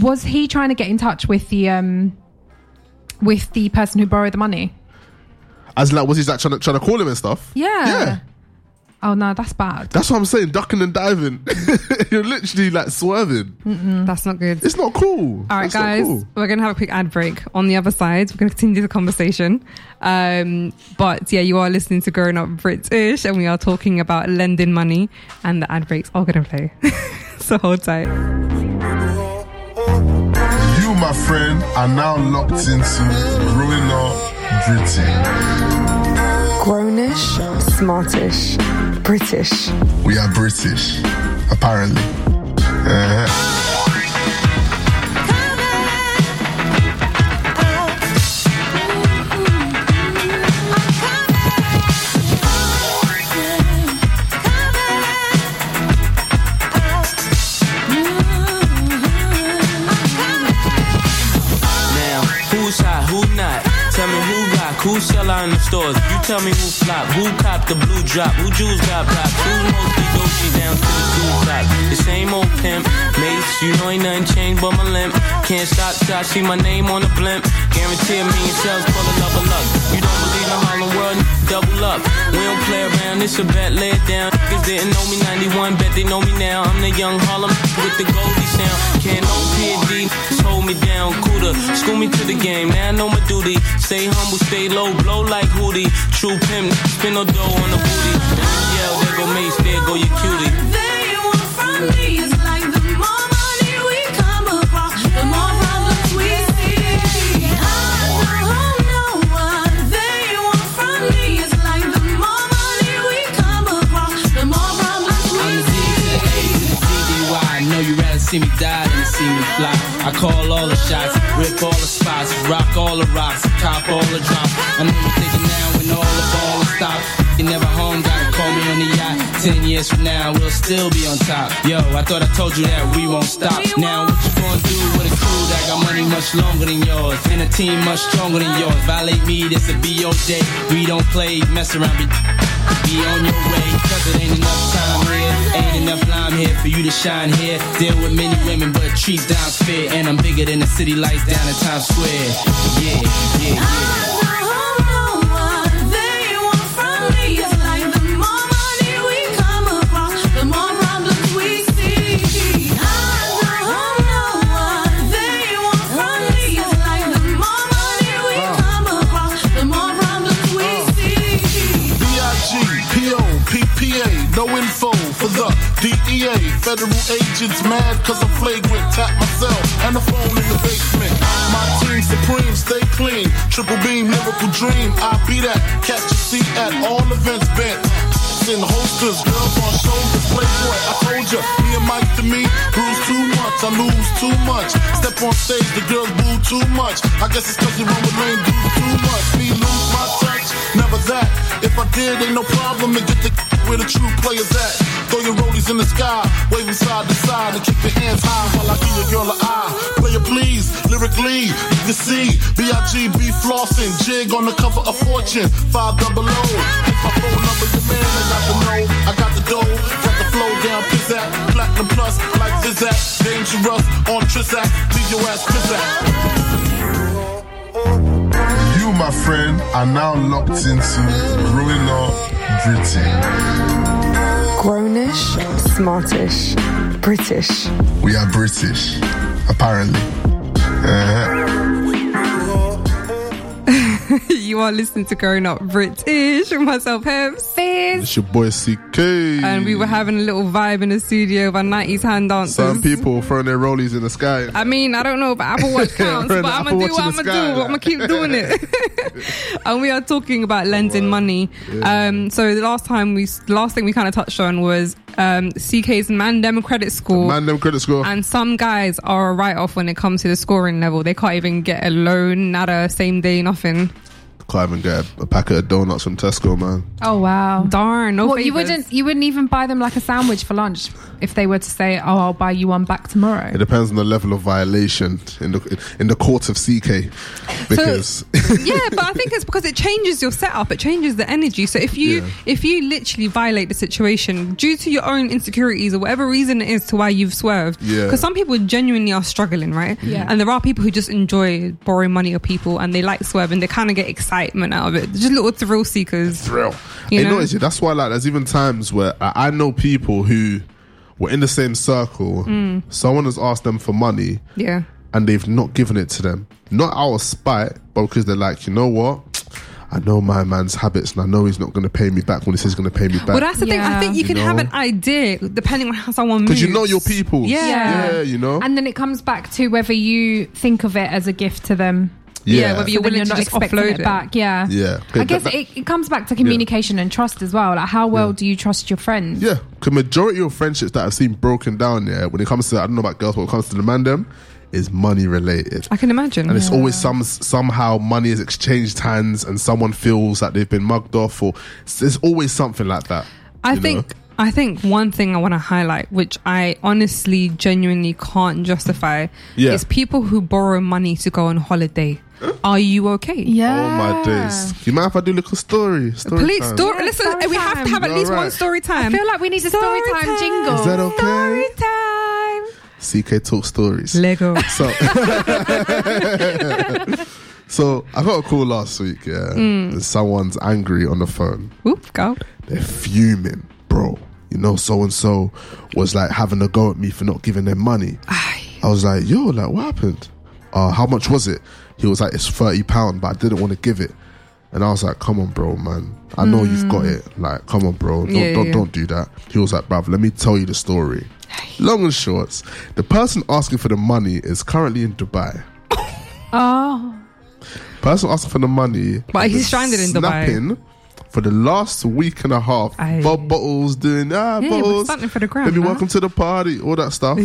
S5: was he trying to get in touch with the um with the person who borrowed the money
S4: As like, was he like trying to, trying to call him and stuff?
S5: yeah
S4: Yeah.
S5: oh no that's bad
S4: That's what I'm saying. Ducking and diving. <laughs> You're literally like swerving.
S3: That's not good.
S4: It's not cool.
S3: All right,
S4: It's not
S3: guys,
S4: cool.
S3: we're going to have a quick ad break. On the other side, we're going to continue the conversation. Um, but yeah, you are listening to Growing Up British, and we are talking about lending money, and the ad breaks are going to play. <laughs> so hold tight.
S1: You, my friend, are now locked into Growing Up Britain.
S2: Grownish, smartish, British.
S1: We are British, apparently. Uh-huh.
S6: I'm coming. Who sell out in the stores? You tell me who flop. Who cop the blue drop? Who jewels got pop? Who mostly Gucci down to the zoo top? The same old pimp. Mace, you know ain't nothing changed but my limp. Can't stop till I see my name on the blimp. Guarantee me and sales full of level up. You don't believe in Harlem World? Double up. We don't play around. It's a bet, lay it down. Niggas didn't know me 91, bet they know me now. I'm the young Harlem with the Goldie sound. Can't no PD hold me down. Cooler, school me to the game. Now I know my duty. Stay humble, stay low, blow like Hootie. True pimp, spin no dough on the booty. Yeah, there go Mace, there go your cutie.
S7: They want from me is like the more money we come across, the more problems we see. I don't know what they want from me is like the more money we come across, the more problems we
S6: I'm the
S7: see.
S6: DDY. I know you rather see me die than see me fly. I call all the shots, rip all the spots, rock all the rocks, cop all the drops. I'm only thinking now when all the ball is stopped. You never home, gotta call me on the yacht. Ten years from now, we'll still be on top. Yo, I thought I told you that we won't stop. Now what you gonna do with a crew that got money much longer than yours and a team much stronger than yours? Violate me, this a BOJ. We don't play, mess around, be, be on your way. Cause it ain't enough time here, ain't enough lime here for you to shine here. Deal with many women, but treat down fair. And I'm bigger than the city lights down in Times Square. Yeah, yeah,
S7: I
S6: yeah.
S7: don't know what they want from me is like the more money we come across, the more problems we see. I don't know what they want from me is like the more money we come across, the more problems we see.
S1: B-I-G, P-O, P-P-A, no info for the DEA. Federal agents mad cause I'm flagrant. Tap myself and the phone in the basement. My team supreme, stay clean. Triple beam, miracle dream. I be that. Catch a seat at all events bent. In holsters, girls on shoulders, playboy. I told ya, me and Mike to me, bruise too much, I lose too much. Step on stage, the girls boo too much. I guess it's cause you run with lame dudes too much. Me lose my touch, never that. If I did, ain't no problem and get the where the true players at. Throw your rollies in the sky, waving side to side and keep your hands high while I give your girl an eye. Player please, lyrically, you see, B.I.G. be flossing, jig on the cover of Fortune, 5 double O. If my phone number, your man, I got the know, I got the dough, got the flow down, pizzat, platinum plus, like Zizat, dangerous, on Trizak, leave your ass pizzat. You, my friend, are now locked into Growing Up Britain.
S2: Grownish, smartish, British.
S1: We are British, apparently. Uh-huh.
S3: <laughs> you are listening to Growing Up British with myself, Hempsis.
S4: It's your boy CK.
S3: And we were having a little vibe in the studio of our 90s hand dancers.
S4: Some people throwing their rollies in the sky.
S3: I mean, I don't know if Apple
S4: <laughs>
S3: Watch counts,
S4: Right,
S3: but I'm
S4: Apple
S3: gonna
S4: Watch
S3: do what
S4: in
S3: I'm
S4: the
S3: gonna do.
S4: sky,
S3: I'm gonna
S4: like.
S3: keep doing
S4: <laughs>
S3: it. and we are talking about lending money. Um, so the last time we, last thing we kind of touched on was um, CK's Mandem Credit Score.
S4: Man, them credit score.
S3: and some guys are a write off when it comes to the scoring level. They can't even get a loan, nada, same day, nothing.
S4: Can't even get a, a packet of donuts from Tesco, man.
S5: Oh wow.
S3: Darn, no
S5: Well, you
S3: favours.
S5: wouldn't you wouldn't even buy them like a sandwich for lunch if they were to say, "Oh, I'll buy you one back tomorrow."
S4: It depends on the level of violation in the in the court of CK, because
S3: <laughs>
S4: <laughs>
S3: yeah, but I think it's because it changes your setup, it changes the energy. So if you
S4: Yeah.
S3: if you literally violate the situation due to your own insecurities or whatever reason it is to why you've swerved,
S4: Yeah.
S3: because some people genuinely are struggling, right?
S5: Yeah.
S3: And there are people who just enjoy borrowing money of people and they like swerving. They kind of get excitement out of it. They're just little thrill seekers.
S4: thrill.
S3: You
S4: You
S3: know?
S4: know, it's- that's why like there's even times where I, I know people who were in the same circle. Someone has asked them for money,
S3: Mm. Yeah.
S4: and they've not given it to them. Not out of spite, but because they're like, you know what? I know my man's habits, and I know he's not going to pay me back when he says he's going to pay me back.
S3: Well, that's the thing. I
S5: Yeah.
S3: think you
S4: You
S3: can have
S4: know?
S3: an idea depending on how someone moves.
S4: because you know your people.
S3: Yeah.
S4: yeah, you know.
S5: And then it comes back to whether you think of it as a gift to them.
S3: yeah, whether you're
S5: then
S3: willing to just offload it.
S5: back. Yeah.
S4: Yeah.
S5: I guess
S4: That- that-
S5: it, it comes back to communication and trust as well. Like, how well do you trust your friends?
S4: Yeah, because majority of friendships that I've seen broken down, yeah, when it comes to I don't know about girls, but when it comes to the man them, is money related.
S3: I can imagine.
S4: And it's always some somehow money is exchanged hands, and someone feels that they've been mugged off, or there's always something like that.
S3: I
S4: you know?
S3: think I think one thing I want to highlight, which I honestly genuinely can't justify,
S4: Yeah. <gasps>
S3: is people who borrow money to go on holiday. Are you okay?
S5: Yeah.
S4: All Oh my days. You mind if I do a little story? Story
S3: Please,
S4: time.
S3: story.
S5: Yeah,
S3: Listen,
S5: story
S3: we have to
S5: time.
S3: have at
S4: You're
S3: least one
S4: right.
S3: story
S5: I
S3: time.
S5: feel like we need a story,
S3: Story
S5: time,
S3: time.
S5: jingle.
S4: Is that okay?
S3: story time.
S4: CK talk stories.
S3: Lego. <laughs>
S4: So, so I got a call last week. Yeah,
S3: Hmm.
S4: someone's angry on the phone.
S3: Oop, go.
S4: They're fuming, bro. You know, so and so was like having a go at me for not giving them money. I was like, yo, like what happened? Uh, how much was it? He was like, it's thirty pound, but I didn't want to give it. And I was like, come on, bro, man. I know you've got it. Like, come on, bro. Don't,
S3: Mm. Yeah,
S4: don't,
S3: yeah.
S4: don't do that. He was like, bruv, let me tell you the story. Long and shorts, the person asking for the money is currently in Dubai.
S5: Oh,
S4: Person asking for the money.
S3: But
S4: has
S3: he's
S4: been
S3: stranded in Dubai.
S4: snapping For the last week and a half,
S3: Aye.
S4: Bob Bottles doing ah
S3: Yeah, we're
S4: bottles.
S3: starting for the gram,
S4: Baby,
S3: huh?
S4: welcome to the party, all that
S3: <laughs>
S4: stuff.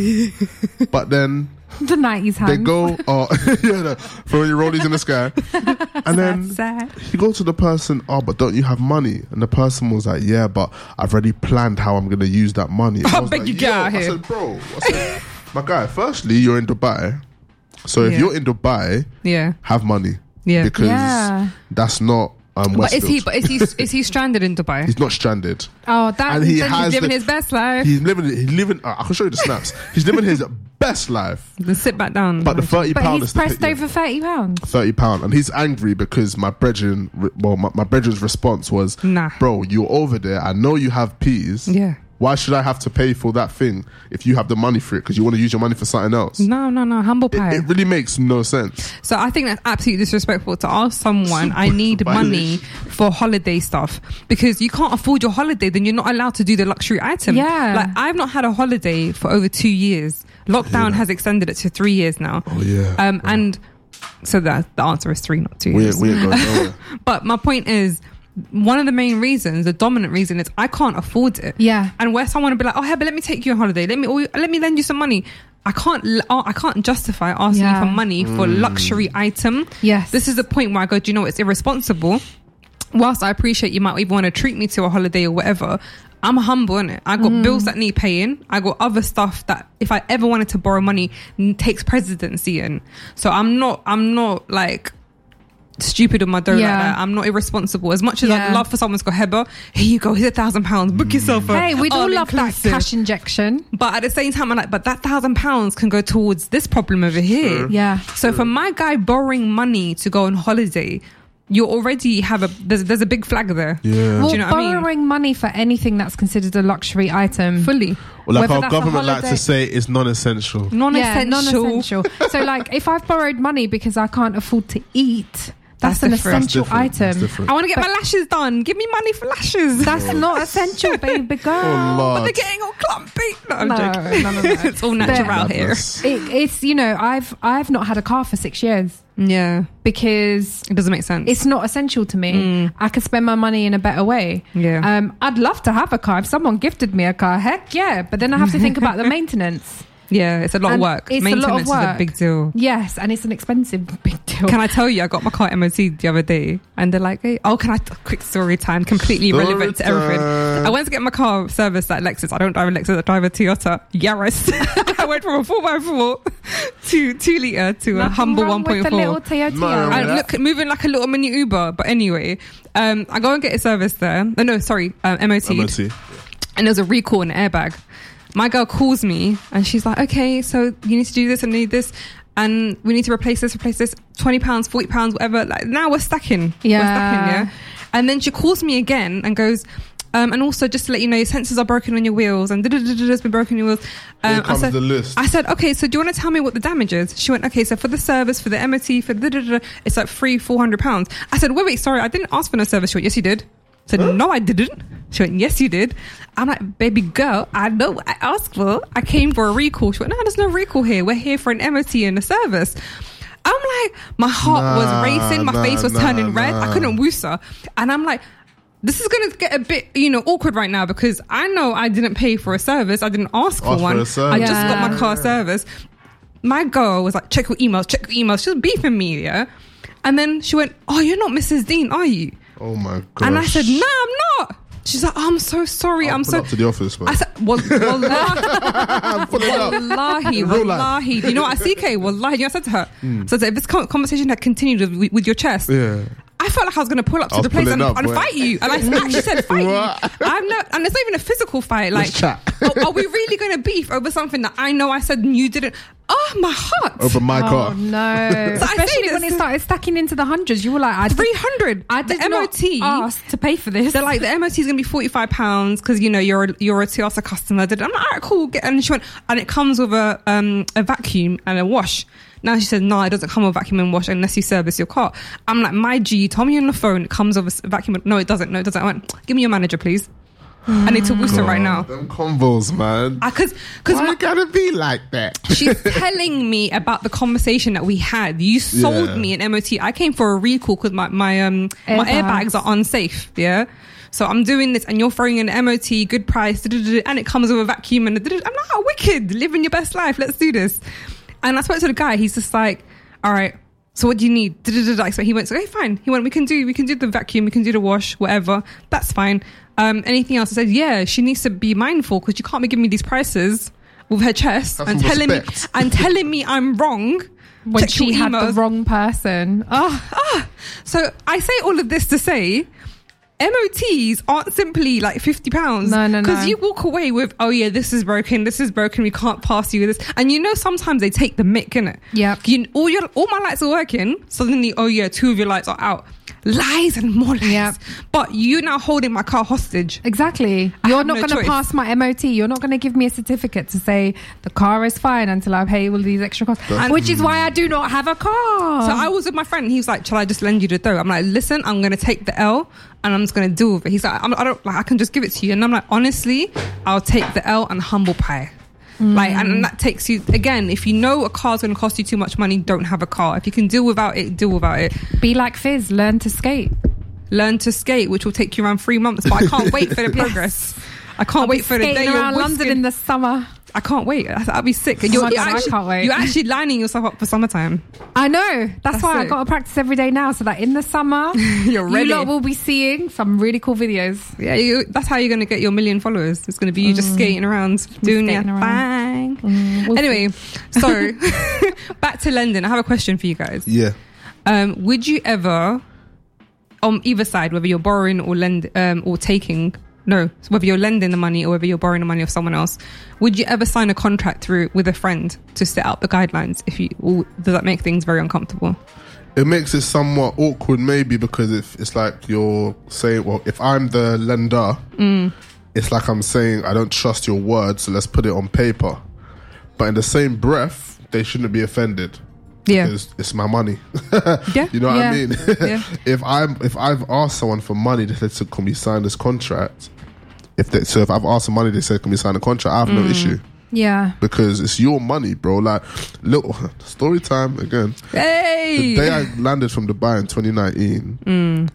S4: but then
S5: <laughs> the 90s hand.
S4: they go, oh <laughs> yeah, no, throwing your rollies in the
S3: <laughs>
S4: sky, and then
S3: Sad.
S4: you go to the person, oh, but don't you have money? And the person was like, yeah, but I've already planned how I'm going to use that money. And
S3: <laughs> I
S4: was
S3: beg
S4: like,
S3: you get
S4: "Yo,"
S3: out
S4: I
S3: here.
S4: said, bro, I said, my guy, firstly, you're in Dubai. So if
S3: Yeah.
S4: you're in Dubai,
S3: Yeah.
S4: have money.
S3: Yeah.
S4: Because
S5: Yeah.
S4: that's not um,
S3: But is
S4: Westfield.
S3: he? But is he? is he stranded in
S4: <laughs>
S3: Dubai?
S4: He's not stranded.
S5: Oh, that,
S4: And he
S5: then
S4: has
S5: he's living
S4: the-
S5: his best life.
S4: He's living. He's living. Uh, I can show you the snaps. He's living his best life.
S3: Then sit back down.
S4: But the thirty
S5: but
S4: pound <laughs>
S5: he's
S4: is the pit-
S5: pressed
S4: yeah.
S5: over 30 pounds.
S4: thirty pound, and he's angry because my brethren, well, my, my brethren's response was,
S3: Nah.
S4: bro, you're over there. I know you have peas.
S3: Yeah.
S4: Why should I have to pay for that thing if you have the money for it? Because you want to use your money for something else.
S3: no, no, no. Humble pie.
S4: It really makes no sense.
S3: So I think that's absolutely disrespectful to ask someone, I need
S4: Why
S3: money for holiday stuff. Because you can't afford your holiday, then you're not allowed to do the luxury item.
S5: Yeah.
S3: Like, I've not had a holiday for over two years. Lockdown has extended it to three years now.
S4: Oh, yeah.
S3: Um, and so that the answer is three, not two
S4: We
S3: years.
S4: ain't, we ain't going nowhere.
S3: But my point is, one of the main reasons, the dominant reason, is I can't afford it.
S5: Yeah.
S3: And where someone would be like, "Oh, hey, but let me take you on holiday. Let me, or let me lend you some money." I can't. l- Oh, I can't justify asking
S5: Yeah.
S3: you for money for luxury item.
S5: Yes.
S3: This is the point where I go. Do you know what? it's irresponsible? Whilst I appreciate you might even want to treat me to a holiday or whatever. I'm humble in it. I got
S5: Mm.
S3: bills that need paying. I got other stuff that if I ever wanted to borrow money n- takes presidency in. So I'm not I'm not like stupid on my dough
S5: Yeah.
S3: like that. I'm not irresponsible. As much as I'd
S5: Yeah.
S3: love for someone to go, Heber, here you go, here's a thousand pounds, book yourself
S4: Oh.
S3: up. Oh,
S5: Hey, we'd all love that
S4: <laughs>
S5: cash injection.
S3: But at the same time, I'm like, but that thousand pounds can go towards this problem over here.
S5: Yeah.
S3: So for my guy borrowing money to go on holiday, you already have a there's, there's a big flag there.
S4: Yeah.
S5: Well,
S3: Do you know what I mean?
S5: borrowing money for anything that's considered a luxury item.
S3: Fully
S4: Well, like
S5: Whether
S4: our
S5: that's a
S4: government likes
S5: holiday-
S4: to say, it's non-essential.
S5: Yeah,
S3: non-essential.
S5: non-essential. so, like, if I've borrowed money because I can't afford to eat, that's,
S3: That's
S5: an
S3: different.
S5: essential
S4: Different. That's
S5: item.
S4: different. Oh.
S3: I want to get my lashes done. Give me money for lashes.
S5: That's not
S3: <laughs>
S5: essential, baby girl.
S3: but
S4: Lord.
S3: they're getting all clumpy. No, I'm
S5: No,
S3: joking. <laughs>
S5: no, no, no.
S3: it's all natural here.
S4: Madness.
S5: It, it's you know, I've I've not had a car for six years
S3: Yeah,
S5: because
S3: it doesn't make sense.
S5: it's not essential to me. I could spend my money in a better way.
S3: Mm. Yeah.
S5: Um, I'd love to have a car. If someone gifted me a car, heck yeah. But then I have to
S3: <laughs>
S5: think about the maintenance.
S3: Yeah, it's a lot
S5: And
S3: of work.
S5: it's a lot of
S3: Maintenance is
S5: work.
S3: a big deal.
S5: Yes, and it's an expensive <laughs> big deal.
S3: Can I tell you, I got my car MOT the other day, and they're like, "Hey, oh, can I?" <laughs> Quick story time, completely
S4: Story
S3: irrelevant to everything.
S4: time.
S3: I went to get my car serviced at Lexus. I don't drive a Lexus. I drive a Toyota Yaris. <laughs> I went from a four x four to two liter to a
S5: Nothing
S3: humble one
S5: wrong with
S3: point
S5: the little
S3: four.
S5: Toyota.
S4: No, no,
S3: I
S4: no.
S3: look moving like a little mini Uber, but anyway, um, I go and get it serviced there. No, no, sorry, um, MOT.
S4: MOT.
S3: and there was a recall in an airbag. My girl calls me and she's like, okay, so you need to do this and need this. And we need to replace this, replace this, twenty pounds, forty pounds, whatever. Like now we're stacking, we're
S5: Yeah.
S3: stacking, yeah. And then she calls me again and goes, um, and also just to let you know, your sensors are broken on your wheels, and da da da da has been broken on your wheels. Um,
S4: Here comes
S3: I said,
S4: the list.
S3: I said, okay, so do you want to tell me what the damage is? She went, okay, so for the service, for the MOT, for da da da, da, it's like three, four hundred pounds. I said, wait, wait, sorry, I didn't ask for no service. She went, yes, you did. I said, no, I didn't. She went, yes, you did. I'm like, baby girl, I know what I asked for. I came for a recall. She went, no, there's no recall here. We're here for an MOT and a service. I'm like, my heart
S4: Nah,
S3: was racing, my
S4: nah,
S3: face was
S4: nah,
S3: turning red. I
S4: nah.
S3: couldn't woosa. And I'm like, this is going to get a bit, you know, awkward right now because I know I didn't pay for a service. I didn't ask
S4: Ask
S3: for
S4: for
S3: one.
S4: a service.
S3: I just
S5: Yeah.
S3: got my car service. My girl was like, check your emails, check your emails. She was beefing me, yeah. And then she went, oh, you're not Mrs. Dean, are you?
S4: Oh my god.
S3: And I said, no, I'm not. She's like, oh, I'm so sorry.
S4: I'll
S3: I'm
S4: pull
S3: so.
S4: up to the office, man.
S3: I said, well,
S4: <laughs> I'm pulling up.
S3: wallahi,
S4: real life. Mm.
S3: wallahi. Do you know what I CK? Wallahi. You know what I said to her? So I said, if this con- conversation had continued with, with your chest,
S4: Yeah.
S3: I felt like I was going to pull up
S4: I
S3: to the
S4: was
S3: place
S4: pulling
S3: and,
S4: up,
S3: and
S4: boy.
S3: fight you.
S4: <laughs>
S3: And I actually said, fight you.
S4: What?
S3: I'm not, and it's not even a physical fight. Like,
S4: Let's chat.
S3: are, are we really going to beef over something that I know I said and you didn't? Oh, my heart.
S4: Over my
S5: Oh
S4: car.
S5: no!
S3: <laughs> So I
S5: Especially
S3: say
S5: when
S3: this-
S5: it started stacking into the hundreds, you were like, "I did-
S3: 300.
S5: I did
S3: the
S5: not
S3: MOT.
S5: ask to pay for this."
S3: They're like the MOT is going to be forty five pounds because you know you're a, you're a Toyota customer. I'm like, all right, cool. Get and she went, and it comes with a um a vacuum and a wash. Now she said, no, it doesn't come with vacuum and wash unless you service your car. I'm like, my G, you told me on the phone it comes with a s- vacuum. and-" No, it doesn't. No, it doesn't. I went, give me your manager, please. I need to whistle right now.
S4: Them convos, man.
S3: Because
S4: Oh. Why
S3: because
S4: it gotta be like that?
S3: <laughs> She's telling me about the conversation that we had. You sold
S4: Yeah.
S3: me an MOT. I came for a recall because my my um my
S5: Airbags.
S3: airbags are unsafe. Yeah. So I'm doing this, and you're throwing in an MOT, good price, da-da-da-da, and it comes with a vacuum. And da-da-da. I'm like, oh, wicked, living your best life. Let's do this. And I spoke to the guy. He's just like, all right. So what do you need? Da-da-da-da. So he went, okay, fine. He went, we can do, we can do the vacuum, we can do the wash, whatever. That's fine. Um, anything else? I said, yeah, she needs to be mindful because you can't be giving me these prices with her chest
S4: Have
S3: and
S4: some
S3: telling
S4: respect.
S3: me and telling me I'm wrong.
S5: when
S3: Check
S5: she
S3: your
S5: had the
S3: emails. Ah,
S5: wrong person. Oh,
S3: So I say all of this to say. MOTs aren't simply like fifty pounds.
S5: No, no, no.
S3: Because you walk away with, oh yeah, this is broken, this is broken, we can't pass you with this. And you know sometimes they take the mick, innit?
S5: Yep.
S3: You all your all my lights are working. Suddenly, oh yeah, two of your lights are out. Lies and more lies.
S5: Yep.
S3: But you now holding my car hostage.
S5: exactly.
S3: I
S5: You're
S3: had
S5: not
S3: no
S5: going to
S3: choice.
S5: pass my MOT. You're not going to give me a certificate to say the car is fine until I pay all these extra costs,
S4: That's-
S5: which is why I do not have a car.
S3: So I was with my friend. and He was like, "Shall I just lend you the dough?" I'm like, "Listen, I'm gonna take the L, and I'm just gonna deal with it." He's like, I'm, "I don't like. I can just give it to you." And I'm like, "Honestly, I'll take the L and humble pie." Like, and,
S5: Mm.
S3: and that takes you again. If you know a car's gonna cost you too much money, don't have a car. If you can deal without it, deal without it.
S5: Be like Fizz, learn to skate.
S3: Learn to skate, which will take you around three months. But I can't wait
S5: <laughs>
S3: for the progress. I can't wait for the
S5: Skating
S3: day you're
S5: around London
S3: whisking-
S5: in the summer.
S3: I can't wait. I- I'll be sick.
S5: my God, I can't wait.
S3: You're actually lining yourself up for summertime.
S5: I know. That's,
S3: That's
S5: why I
S3: it.
S5: got to practice every day now, so that in the summer
S3: <laughs> You're ready.
S5: You lot will be seeing some really cool videos.
S3: Yeah, you, that's how you're going to get your million followers. It's going to be you just skating around, doing your
S5: skating
S3: bang. anyway, so <laughs> back to London. I have a question for you
S4: <laughs>
S3: guys.
S4: yeah.
S3: Um, would you ever, on either side, whether you're borrowing or lend um, or taking, no, whether you're lending the money or whether you're borrowing the money of someone else, would you ever sign a contract through with a friend to set out the guidelines? If you or does that make things very uncomfortable?
S4: It makes it somewhat awkward, maybe, because if it's like you're saying, well, if I'm the lender,
S3: Mm.
S4: it's like I'm saying, I don't trust your word, so let's put it on paper. But in the same breath, they shouldn't be offended.
S3: Yeah,
S4: It's, it's my money.
S3: yeah.
S4: You know what I
S5: Yeah.
S4: mean?
S3: Yeah.
S4: <laughs> if I'm if I've asked someone for money, they said, so "Can we sign this contract?" If they, so, if I've asked for money, they said, "Can we sign a contract?" I have
S3: Mm.
S4: no issue
S5: Yeah.
S4: because it's your money, bro. Like, look, <laughs> story time again.
S3: Hey, Mm.
S4: The day I landed from Dubai in 2019,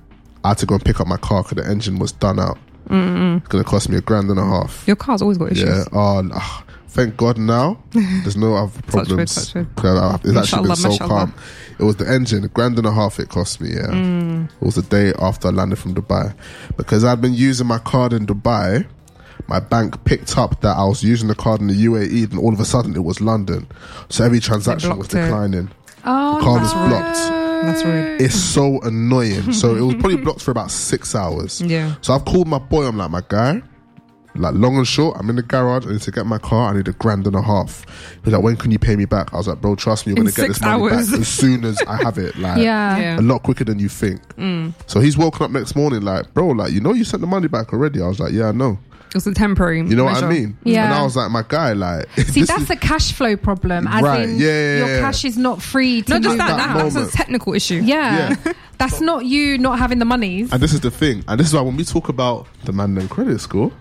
S4: I had to go and pick up my car because the engine was done out. It's gonna cost me a grand and a half.
S3: your car's always got issues.
S4: Yeah. Oh, n- ah, thank God
S3: <laughs>
S4: now. There's no other
S3: Touch wood,
S4: problems.
S3: touch wood.
S4: 'Cause I- It's actually
S3: Mashallah,
S4: been so
S3: mashallah.
S4: calm. It was the engine, a grand and a half it cost me. Yeah.
S3: Mm.
S4: It was the day after I landed from Dubai because I'd been using my card in Dubai. My bank picked up that I was using the card in the UAE, and all of a sudden it was London. So every transaction was
S3: blocked it.
S4: declining.
S5: Oh,
S4: The card
S5: no.
S4: was blocked.
S3: That's rude.
S4: It's so
S3: <laughs>
S4: annoying. So it was probably blocked for about six hours.
S3: Yeah.
S4: So I've called my boy. I'm like, my guy. Like long and short, I'm in the garage. I need to get my car. I need a grand and a half. He's like, when can you pay me back? I was like, bro, trust me, you're
S3: In
S4: gonna get
S3: six
S4: this money
S3: hours."
S4: back as soon as I have
S3: <laughs>
S4: it. Like,
S5: Yeah.
S3: Yeah. Mm.
S4: a lot quicker than you think. So he's woken up next morning, like, bro, like you know, you sent the money back already. I was like, yeah, I know.
S3: It was a temporary.
S4: You know what I
S3: measure.
S4: mean?
S5: Yeah.
S4: And I was like, my guy, like, <laughs>
S5: See,
S4: this
S5: that's
S4: is-
S5: a cash flow problem. As
S4: Right,
S5: in,
S4: yeah, yeah,
S5: your
S4: yeah.
S5: cash is not free. To
S3: Not just
S5: move.
S3: that,
S4: that
S3: that, that's
S4: moment.
S3: a technical issue.
S5: Yeah.
S4: Yeah.
S5: That's not you not having the monies.
S4: and this is the thing, and this is why when we talk about the Mandan Credit Score,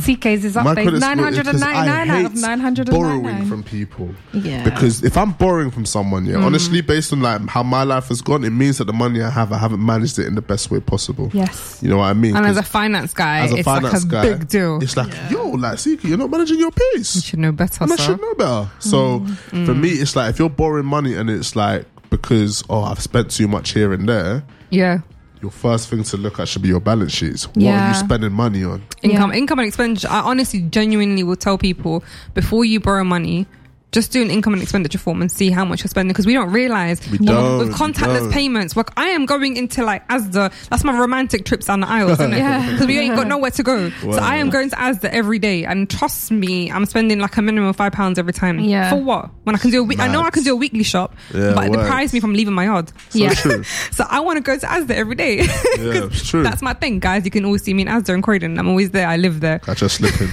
S5: CK's is
S4: My
S5: up, babe.
S4: credit score is 'cause
S5: 999
S4: I
S5: out of
S4: hate
S5: 999.
S4: Borrowing from people.
S5: Yeah.
S4: Because if I'm borrowing from someone,
S3: Mm.
S4: yeah, honestly, based on like how my life has gone, it means that the money I have, I haven't managed it in the best way possible.
S5: Yes.
S4: You know what I mean?
S3: And as a
S4: 'Cause
S3: finance guy,
S4: as a
S3: it's
S4: finance
S3: like a
S4: guy,
S3: big deal. You
S4: it's like, yo, like, Siki, you're not managing your pace.
S3: should know better.
S4: And I
S3: sir.
S4: should know better. So
S3: Mm.
S4: for me, it's like if you're borrowing money and it's like because, oh, I've spent too much here and there,
S3: Yeah.
S4: your first thing to look at should be your balance sheets. What are
S5: Yeah.
S4: you spending money on?
S3: income
S5: Yeah.
S3: income and expenditure i honestly genuinely will tell people before you borrow money just do an income and expenditure form and see how much you're spending because we don't realize
S4: We don't,
S3: with
S4: we
S3: contactless
S4: don't.
S3: payments. Like I am going into like Asda. That's my romantic trips down the aisles, isn't it?
S5: <laughs> Yeah.
S3: Because we ain't got nowhere to go.
S4: Wow.
S3: So I am going to Asda every day, and trust me, I'm spending like a minimum of five pounds every time.
S5: Yeah.
S3: For what? When I can do a week, I know I can do a weekly shop,
S4: Yeah,
S3: but it
S4: words.
S3: deprives me from leaving my yard.
S5: yeah.
S4: True.
S3: So I want to go to Asda every day. <laughs>
S5: <laughs>
S3: 'Cause
S4: it's true.
S3: That's my thing, guys. You can always see me in Asda and Croydon. I'm always there. I live there.
S4: Catch us
S5: <laughs>
S4: slipping.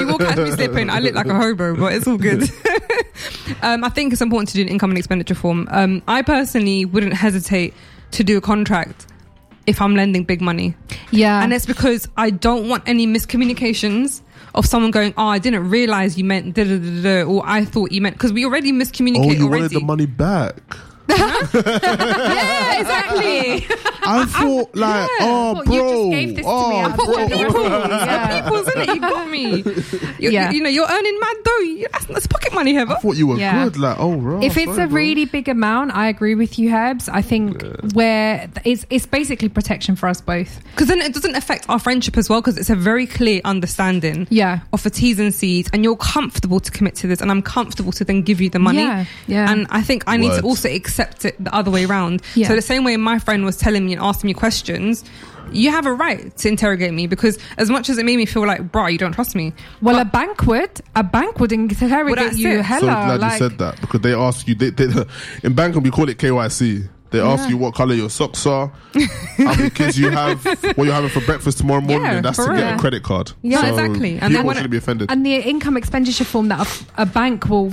S3: you will catch me slipping. I look like a hobo, but it's all good. <laughs> um, I think it's important to do an income and expenditure form. Um, I personally wouldn't hesitate to do a contract if I'm lending big money.
S5: Yeah.
S3: And it's because I don't want any miscommunications of someone going, "Oh, I didn't realize you meant da da da da," or "I thought you meant," because we already miscommunicate
S4: oh, you wanted
S3: already.
S4: the money back.
S5: yeah, <laughs> exactly.
S4: I thought like, oh,
S5: Well,
S4: bro,
S5: you just gave this
S4: oh,
S5: to me. I
S4: bro.
S5: put one in the pool.
S3: <laughs>
S5: Yeah.
S3: People's in it. You got me. You,
S5: Yeah.
S3: you, know, you're earning mad dough. That's, that's pocket money, Heather.
S4: I thought you were
S5: Yeah.
S4: good. Like, oh, bro.
S5: if it's
S4: sorry,
S5: a
S4: bro.
S5: really big amount, I agree with you, Herbs. I think where it's it's basically protection for us both.
S3: Because then it doesn't affect our friendship as well, because it's a very clear understanding
S5: Yeah.
S3: of the T's and C's, and you're comfortable to commit to this, and I'm comfortable to then give you the money.
S5: Yeah, yeah.
S3: And I think I need
S4: Words.
S3: to also accept it the other way around.
S5: Yeah.
S3: So, the same way my friend was telling me and asking me questions, you have a right to interrogate me because as much as it made me feel like, bruh, you don't trust me.
S5: Well, a bank would. A bank would interrogate
S3: Well, that's
S5: you.
S3: it.
S5: Hella.
S4: So glad
S5: like,
S4: you said that because they ask you. They, <laughs> they, in Bangkok, we call it KYC. They ask you what color your socks are, how many kids you have, what you're having for breakfast tomorrow morning,
S3: Yeah,
S4: and that's to
S3: for
S4: get
S3: real.
S4: a credit card.
S3: Yeah, exactly.
S4: And
S3: And then
S4: people
S3: when
S4: shouldn't
S3: it-
S4: be offended.
S5: And the income expenditure form that a, a bank will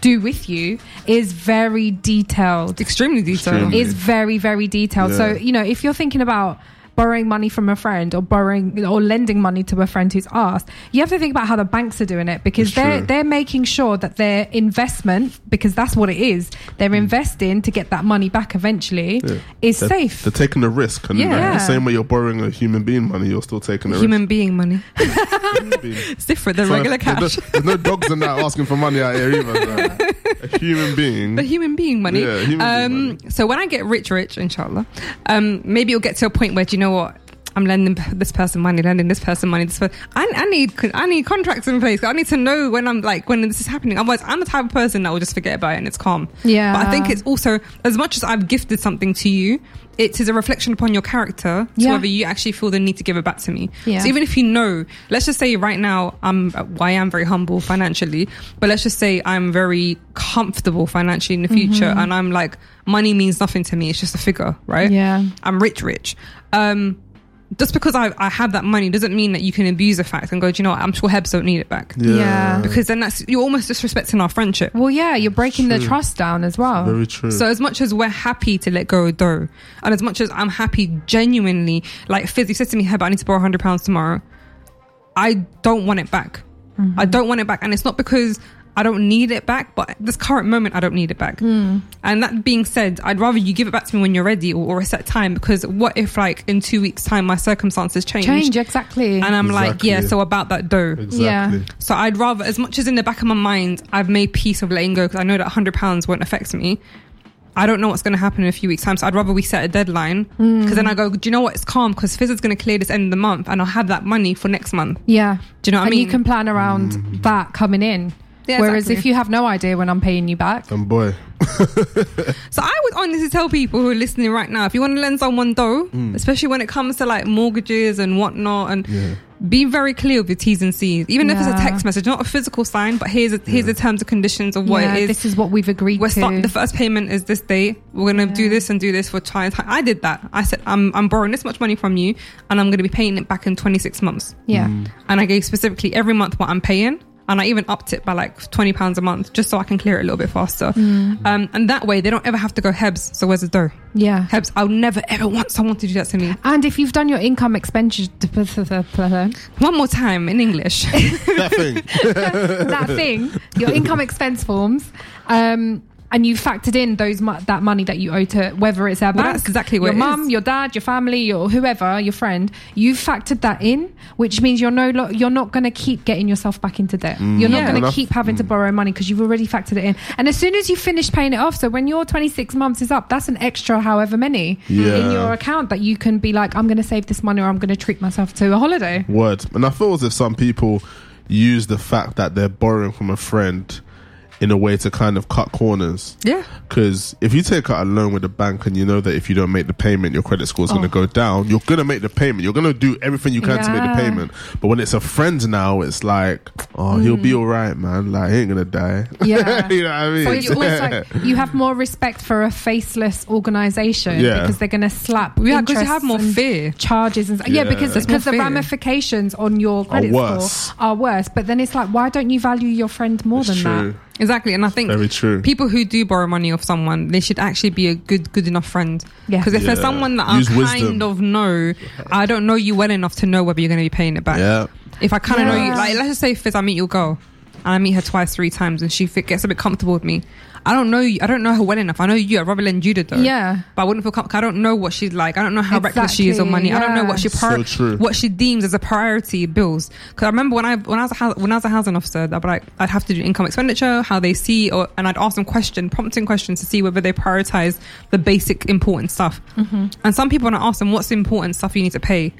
S5: do with you is very detailed.
S3: Extremely detailed.
S4: Extremely.
S5: Is very very detailed. So
S4: Yeah.
S5: you know if you're thinking about borrowing money from a friend or borrowing or lending money to a friend who's asked, you have to think about how the banks are doing it because
S4: It's
S5: they're
S4: true.
S5: they're making sure that their investment because that's what it is they're
S4: Mm.
S5: investing to get that money back eventually is
S4: they're,
S5: safe.
S4: They're taking a risk. And
S5: Yeah.
S4: like,
S5: Yeah.
S4: the same way you're borrowing a human being money, you're still taking a
S3: Human being money.
S4: risk. <laughs> Human being.
S3: It's different than
S4: So
S3: regular
S4: there's no-
S3: cash.
S4: There's no dogs in that asking for money out here either.
S5: <laughs>
S4: like, a human being.
S3: The human being money.
S4: Yeah, human being
S3: um,
S4: money.
S3: So when I get rich, rich, inshallah, um, maybe you'll get to a point where, do you know what? I'm lending p- this person money, lending this person money. This person. I, I need con- I need contracts in place. I need to know when I'm like when this is happening. Otherwise, I'm the type of person that will just forget about it and it's calm.
S5: Yeah.
S3: But I think it's also as much as I've gifted something to you, it is a reflection upon your character to
S5: Yeah.
S3: whether you actually feel the need to give it back to me.
S5: Yeah.
S3: So even if you know, let's just say right now I'm well, I am very humble financially, but let's just say I'm very comfortable financially in the future,
S5: Mm-hmm.
S3: and I'm like money means nothing to me. It's just a figure, right?
S5: Yeah.
S3: I'm rich, rich. Um, just because I, I have that money doesn't mean that you can abuse the fact and go, do you know what? I'm sure Hebs don't need it back.
S5: Yeah.
S3: Because then that's you're almost disrespecting our friendship.
S5: Well, yeah, you're breaking the trust down as well.
S4: Very true.
S3: So as much as we're happy to let go of dough, and as much as I'm happy genuinely, like Fizzy said to me, Herbert, I need to borrow hundred pounds tomorrow. I don't want it back. I don't want it back. And it's not because I don't need it back, but at this current moment I don't need it back. And that being said, I'd rather you give it back to me when you're ready or, or a set time because what if like in two weeks' time my circumstances change?
S5: Change exactly.
S3: And I'm like,
S4: Exactly.
S3: yeah, so about that dough.
S4: exactly.
S5: Yeah.
S3: So I'd rather, as much as in the back of my mind, I've made peace of letting go because I know that hundred pounds won't affect me. I don't know what's going to happen in a few weeks' time, so I'd rather we set a deadline because
S5: Mm.
S3: then I go, do you know what? It's calm because Fizz is going to clear this end of the month, and I'll have that money for next month.
S5: Yeah.
S3: Do you know what I
S5: and
S3: mean?
S5: you can plan around
S4: Mm.
S5: that coming in.
S3: Yeah,
S5: Whereas
S3: exactly.
S5: if you have no idea when I'm paying you back,
S4: And boy,
S3: So I would honestly tell people who are listening right now, if you want to lend someone dough, especially when it comes to like mortgages and whatnot, and be very clear with your T's and C's, even if it's a
S5: Yeah.
S3: text message, not a physical sign, but here's a, here's the terms and conditions of what
S5: yeah,
S3: it is.
S5: this is what we've agreed
S3: we're
S5: to.
S3: start, the first payment is this date. We're gonna do
S5: Yeah.
S3: this and do this for time. I did that. I said I'm I'm borrowing this much money from you, and I'm gonna be paying it back in 26 months.
S5: yeah.
S4: Mm.
S3: And I gave specifically every month what I'm paying, and I even upped it by like 20 pounds a month just so I can clear it a little bit faster. Um, and that way they don't ever have to go Hebs. So where's the dough?
S5: Yeah.
S3: Hebs. I'll never ever want someone to do that to me.
S5: And if you've done your income expenditure <laughs> that
S3: One more time in English. <laughs>
S4: that thing.
S5: <laughs> thing, your income expense forms, um, and you factored in those mo- that money that you owe to whether it's their
S3: Well,
S5: bank,
S3: that's exactly what
S5: your
S3: it
S5: mum,
S3: is.
S5: your dad, your family, your whoever, your friend. You factored that in, which means you're no lo- you're not going to keep getting yourself back into debt. You're
S3: Yeah.
S5: not going to
S4: Mm. Enough. Mm.
S5: keep having to borrow money because you've already factored it in. And as soon as you finish paying it off, so when your 26 months is up, that's an extra however many in
S4: Yeah.
S5: your account that you can be like, I'm going to save this money or I'm going to treat myself to a holiday.
S4: Word. And I feel as if some people use the fact that they're borrowing from a friend in a way to kind of cut corners.
S3: Yeah.
S4: Because if you take out a loan with a bank and you know that if you don't make the payment, your credit score is
S5: Oh.
S4: going to go down, you're going to make the payment. You're going to do everything you can to make
S5: Yeah.
S4: the payment. But when it's a friend now, it's like, oh, he'll be all right, man. Like, he ain't going to die. <laughs>
S5: Mm. Yeah.
S4: you know what I mean?
S5: But you always like
S4: <laughs>
S5: you have more respect for a faceless organisation
S4: Yeah.
S5: because they're going to slap.
S3: Yeah, 'cause you
S5: interests
S3: have more
S5: and
S3: fear.
S5: charges and yeah,
S4: Yeah.
S5: because
S4: There's
S3: more
S5: because the
S3: fear.
S5: ramifications on your credit
S4: worse.
S5: score are worse. But then it's like, why don't you value your friend more than
S4: it's true.
S5: that?
S3: Exactly, and I think
S4: Very true.
S3: People who do borrow money off someone, they should actually be a good, good enough friend.
S5: Yeah.
S3: Because if there's
S4: Yeah.
S3: someone that I
S4: Use
S3: kind
S4: wisdom.
S3: of know, I don't know you well enough to know whether you're going to be paying it back.
S4: Yeah.
S3: If I kind of know you,
S5: Yeah.
S3: like let's just say, Fizz, I meet your girl, and I meet her twice, three times, and she fi- gets a bit comfortable with me. I don't know. You, I don't know her well enough. I know you. I'd rather lend you the dough.
S5: Yeah.
S3: But I wouldn't feel comfortable. I don't know what she's like. I don't know how reckless she is on money.
S5: Exactly,
S3: I don't know
S5: yeah.
S3: what she
S4: So
S3: prior-
S4: true.
S3: what she deems as a priority bills. Because I remember when I when I was a hou- when I was a housing officer, I'd be like I'd have to do income expenditure, how they see, or and I'd ask them question prompting questions to see whether they prioritize the basic important stuff.
S5: Mm-hmm.
S3: And some people, when I ask them what's the important stuff you need to pay,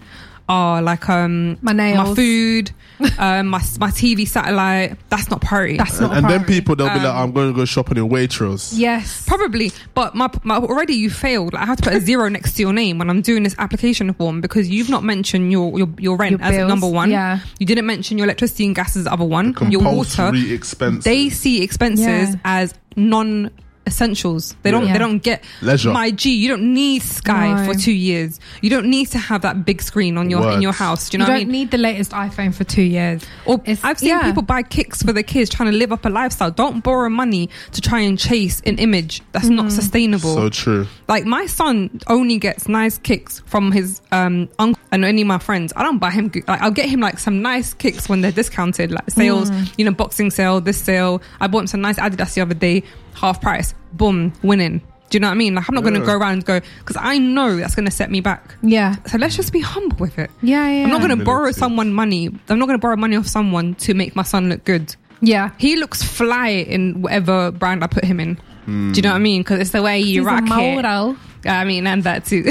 S3: are like um
S5: My
S3: my
S5: nails.
S3: food, <laughs> um, my my TV satellite. That's not priority.
S5: That's
S4: And,
S5: not. Um, a
S4: and then
S5: priority.
S4: people, they'll be like, I'm going to go shopping in Waitrose.
S5: Yes.
S3: Probably, but my, my already you failed. Like, I have to put a zero next to your name when I'm doing this application form because you've not mentioned your your, your rent
S5: Your
S3: as
S5: bills,
S3: number one.
S5: yeah.
S3: you didn't mention your electricity and gas as the other one. Your water.
S4: Compulsory expenses.
S3: They see expenses
S5: Yeah.
S3: as non essentials. They don't.
S5: Yeah.
S3: They don't get
S4: Leisure.
S3: My G, you don't need Sky
S5: No.
S3: for two years. You don't need to have that big screen on your in
S4: Words.
S3: your house. Do you
S5: you
S3: know
S5: don't
S3: what I mean?
S5: need the latest iPhone for two years.
S3: Or
S5: It's-
S3: I've seen
S5: yeah.
S3: people buy kicks for their kids trying to live up a lifestyle. Don't borrow money to try and chase an image that's
S5: Mm-hmm.
S3: not sustainable.
S4: So true.
S3: Like my son only gets nice kicks from his um uncle and any of my friends. I don't buy him. g- Like I'll get him like some nice kicks when they're discounted, like sales. You know, boxing sale, this sale. I bought him some nice Adidas the other day, half price. Boom, winning. Do you know what I mean? Like I'm not going
S4: Yeah.
S3: to go around and go because I know that's going to set me back.
S5: Yeah.
S3: So let's just be humble with it.
S5: Yeah, yeah.
S3: I'm not going to
S4: Humility.
S3: borrow someone money. I'm not going to borrow money off someone to make my son look good.
S5: Yeah.
S3: He looks fly in whatever brand I put him in. Do you know what I mean? Because it's the way you
S5: He's a
S3: rock it.
S5: model.
S3: I mean, and that too.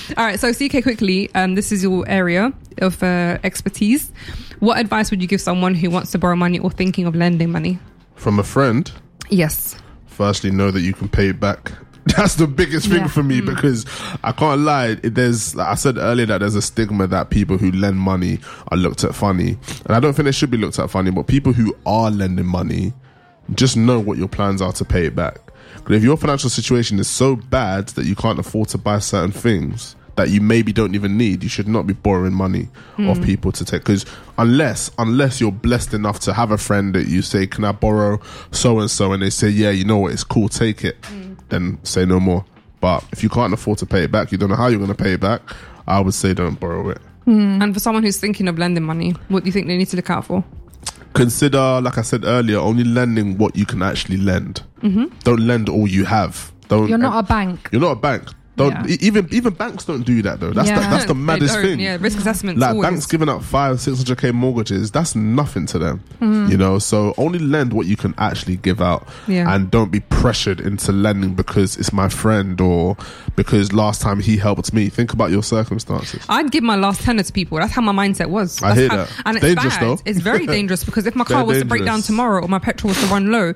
S3: <laughs> All right, so CK, quickly, um, this is your area of uh, expertise. What advice would you give someone who wants to borrow money or thinking of lending money?
S4: From a friend,
S3: Yes.
S4: firstly, know that you can pay it back. <laughs> That's the biggest thing
S5: Yeah.
S4: for me because I can't lie. it- There's, like I said earlier, that there's a stigma that people who lend money are looked at funny, and I don't think they should be looked at funny. But people who are lending money, just know what your plans are to pay it back. Because if your financial situation is so bad that you can't afford to buy certain things that you maybe don't even need, you should not be borrowing money off people to take. Because unless unless you're blessed enough to have a friend that you say, "Can I borrow so and so?" and they say, "Yeah, you know what? It's cool. Take it," then say no more. But if you can't afford to pay it back, you don't know how you're going to pay it back. I would say don't borrow it.
S3: Mm-hmm. And for someone who's thinking of lending money, what do you think they need to look out for?
S4: consider, like I said earlier, only lending what you can actually lend. Mm-hmm. Don't lend all you have. Don't.
S5: You're not a bank.
S4: You're not a bank. Don't
S5: Yeah.
S4: e- even even banks don't do that though. That's the,
S5: Yeah.
S4: that's the
S3: <laughs> They
S4: maddest
S3: don't,
S4: thing.
S3: Yeah, risk assessments.
S4: Like
S3: always.
S4: banks giving out five, six hundred k mortgages, that's nothing to them,
S3: Mm-hmm.
S4: you know. So only lend what you can actually give out,
S3: Yeah.
S4: and don't be pressured into lending because it's my friend or because last time he helped me. Think about your circumstances.
S3: I'd give my last tenner to people. That's how my mindset was.
S4: I
S3: That's
S4: hear
S3: how-
S4: that.
S3: And it's
S4: Dangerous,
S3: bad.
S4: though. <laughs>
S3: It's very dangerous because if my car
S4: Very
S3: was to break down
S4: dangerous.
S3: tomorrow or my petrol was to run low,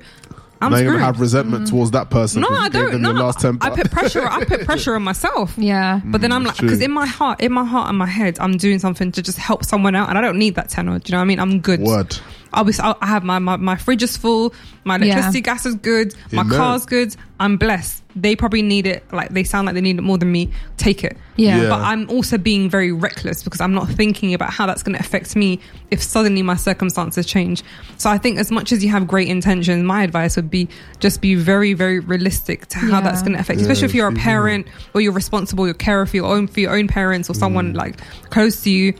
S3: I'm
S4: now you're
S3: screwed. Mm-hmm.
S4: gonna have resentment towards that person.
S3: no,
S4: 'cause you
S3: I
S4: gave
S3: don't.
S4: them
S3: No,
S4: your last 10
S3: I
S4: bucks.
S3: put pressure. I put pressure
S4: <laughs>
S3: on myself.
S5: Yeah.
S4: Mm.
S3: But then I'm like,
S4: that's
S3: because
S4: true.
S3: in my heart, in my heart and my head, I'm doing something to just help someone out, and I don't need that tenner. Do you know what I mean? I'm good.
S4: Word.
S3: I'll be. I'll, I have my, my my fridge is full. My
S5: Yeah.
S3: electricity, gas is good. My
S4: Amen.
S3: car's good. I'm blessed. They probably need it. Like they sound like they need it more than me. Take it.
S5: Yeah.
S4: Yeah.
S3: But I'm also being very reckless because I'm not thinking about how that's going to affect me if suddenly my circumstances change. So I think as much as you have great intentions, my advice would be just be very, very realistic to how
S5: Yeah.
S3: that's going to affect you, especially if
S4: Yeah,
S3: you're a
S5: Mm-hmm.
S4: yeah.
S5: Mm.
S3: parent or you're responsible, you're carer for your own for your own parents or someone like close to you.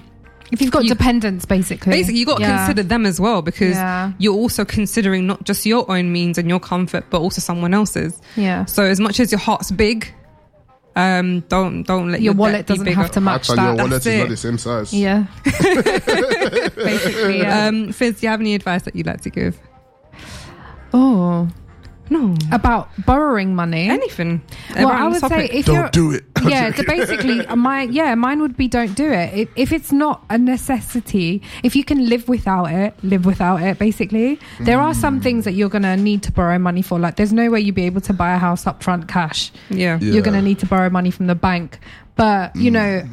S5: If you've got
S3: You-
S5: dependents, basically.
S3: Basically, you got to
S5: Yeah.
S3: consider them as well because
S5: Yeah.
S3: you're also considering not just your own means and your comfort, but also someone else's.
S5: Yeah.
S3: So as much as your heart's big, um, don't don't let your,
S5: Your
S3: debt
S5: wallet
S3: be
S5: doesn't
S3: bigger.
S5: have to match
S4: Actually, your
S5: that.
S4: wallet
S3: that's
S4: is not
S3: it.
S4: the same size.
S5: <laughs> Yeah. <laughs> basically,
S3: <laughs>
S5: yeah.
S3: Um, Fizz, do you have any advice that you'd like to give?
S5: oh.
S3: No,
S5: About borrowing money.
S3: anything.
S5: well,
S3: around
S5: I
S3: the
S5: would say
S3: topic.
S5: if you're
S4: Don't do it.
S5: <laughs> yeah, so basically, uh, my yeah, mine would be don't do it. If, if it's not a necessity, if you can live without it, live without it. Basically, there are
S4: Mm.
S5: some things that you're gonna need to borrow money for. Like, there's no way you'd be able to buy a house upfront cash.
S3: yeah.
S4: Yeah.
S5: You're gonna need to borrow money from the bank. But you know,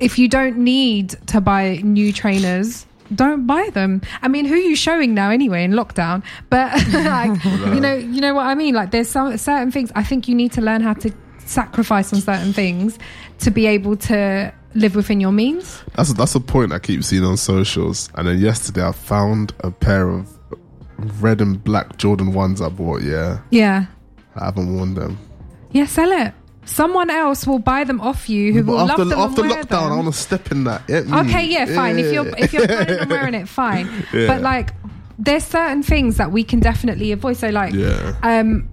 S5: if you don't need to buy new trainers. Don't buy them. I mean, who are you showing now anyway in lockdown? But <laughs> like, you know, you know what I mean. Like, there's some certain things I think you need to learn how to sacrifice on certain things to be able to live within your means.
S4: That's a, that's a point I keep seeing on socials. And then yesterday I found a pair of red and black Jordan ones I bought. Yeah,
S5: Yeah,
S4: I haven't worn them.
S5: yeah. Sell it. Someone else will buy them off you who will
S4: But after
S5: love them
S4: after
S5: and wear
S4: lockdown,
S5: them.
S4: I want to step in that. Yeah, mm,
S5: Okay, yeah, fine. If you're
S4: yeah.
S5: if you're planning
S4: <laughs>
S5: on wearing it, fine.
S4: Yeah.
S5: But like, there's certain things that we can definitely avoid. So like,
S4: Yeah.
S5: um,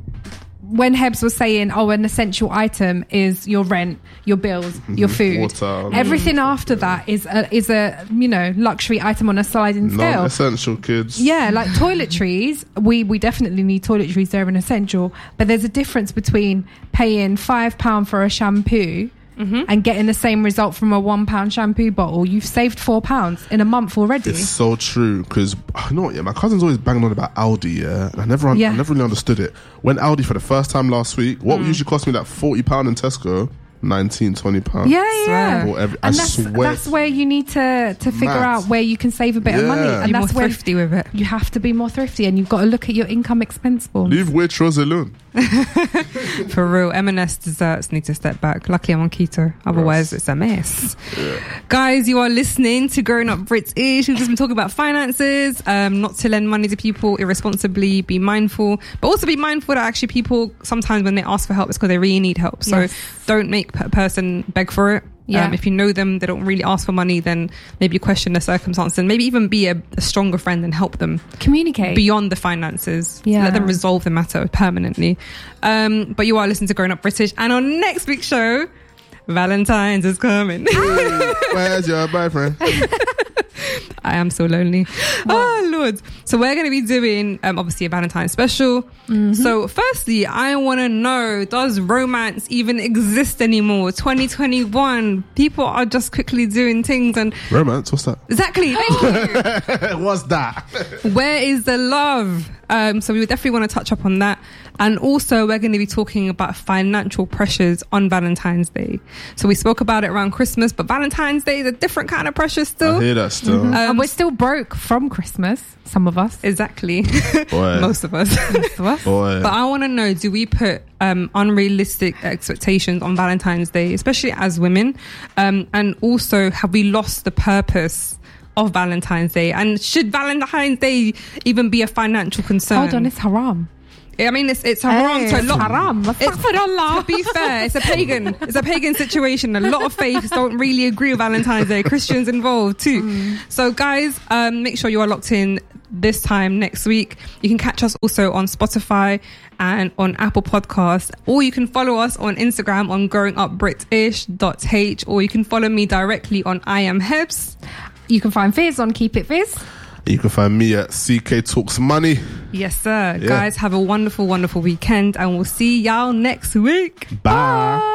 S5: when Hebs was saying, oh, an essential item is your rent, your bills, your food,
S4: Mm-hmm. Water. mm.
S5: everything after that is a is a you know luxury item on a sliding scale.
S4: non-essential kids.
S5: Yeah, like toiletries, we we definitely need toiletries. They're an essential, but there's a difference between paying five pound for a shampoo
S3: Mm-hmm.
S5: and getting the same result from a one pound shampoo bottle. You've saved four pounds in a month already.
S4: It's so true <sighs> because I know yeah, my cousin's always banging on about Aldi, yeah, and I never, un-
S5: Yeah. Mm.
S4: I never really understood it. Went Aldi for the first time last week. What usually cost me like forty pound in Tesco, 19, 20 pound.
S5: yeah,
S3: Swear.
S5: yeah.
S4: Well, every- I
S5: and that's
S4: swear.
S5: that's where you need to to figure
S4: Mad.
S5: out where you can save a bit of money,
S4: Yeah.
S5: and
S3: You're
S5: that's
S3: more
S5: where
S3: thrifty with it.
S5: you have to be more thrifty, and you've got to look at your income expense form.
S4: Leave Waitrose alone.
S3: For real, M&S desserts need to step back. Luckily, I'm on keto. Otherwise, it's a mess. Guys, you are listening to Growing Up British. We've just been talking about finances, um, not to lend money to people irresponsibly, be mindful, but also be mindful that actually people sometimes when they ask for help, it's because they really need help. So
S5: Yes.
S3: don't make a person beg for it.
S5: Yeah.
S3: Um, if you know them, they don't really ask for money, then maybe question their circumstance and maybe even be a, a stronger friend and help them
S5: Communicate.
S3: beyond the finances.
S5: Yeah.
S3: Let them resolve the matter permanently. Um, but you are listening to Grown Up British, and on next week's show, Valentine's is coming. <laughs>
S4: Where's your boyfriend?
S3: I am so lonely. Oh Lord! So we're going to be doing um, obviously a Valentine's special. So firstly, I want to know: Does romance even exist anymore? 2021, people are just quickly doing things, and
S4: Romance? What's that?
S3: exactly. Thank you.
S4: What's that?
S3: Where is the love? Um, so we would definitely want to touch up on that. And also, we're going to be talking about financial pressures on Valentine's Day. So we spoke about it around Christmas, but Valentine's Day is a different kind of pressure
S4: I hear
S3: still. Um,
S4: that still.
S3: <laughs>
S5: and we're still broke from Christmas. Some of us.
S3: Exactly. <laughs>
S4: Boy.
S3: Most
S4: <laughs>
S3: of us.
S5: Most of us.
S4: Boy.
S3: But I want to know do we put um, unrealistic expectations on Valentine's Day, especially as women? Um, and also, have we lost the purpose of Valentine's Day? And should Valentine's Day even be a financial concern?
S5: Hold on, it's haram.
S3: I mean, it's it's haram
S5: Hey,
S3: to a
S5: it's
S3: lot.
S5: haram.
S3: It's for Allah. To be fair, it's a pagan. It's a pagan situation. A lot of faiths don't really agree with Valentine's Day. Christians involved too. So, guys, um, make sure you are locked in this time next week. You can catch us also on Spotify and on Apple Podcasts, or you can follow us on Instagram on growingupbritish.h, or you can follow me directly on I am Hebs.
S5: You can find Fizz on Keep It Fizz.
S4: You can find me at CK Talks Money.
S3: Yes, sir. Guys, have a wonderful, wonderful weekend, and we'll see y'all next week.
S4: Bye.
S1: Oh, oh,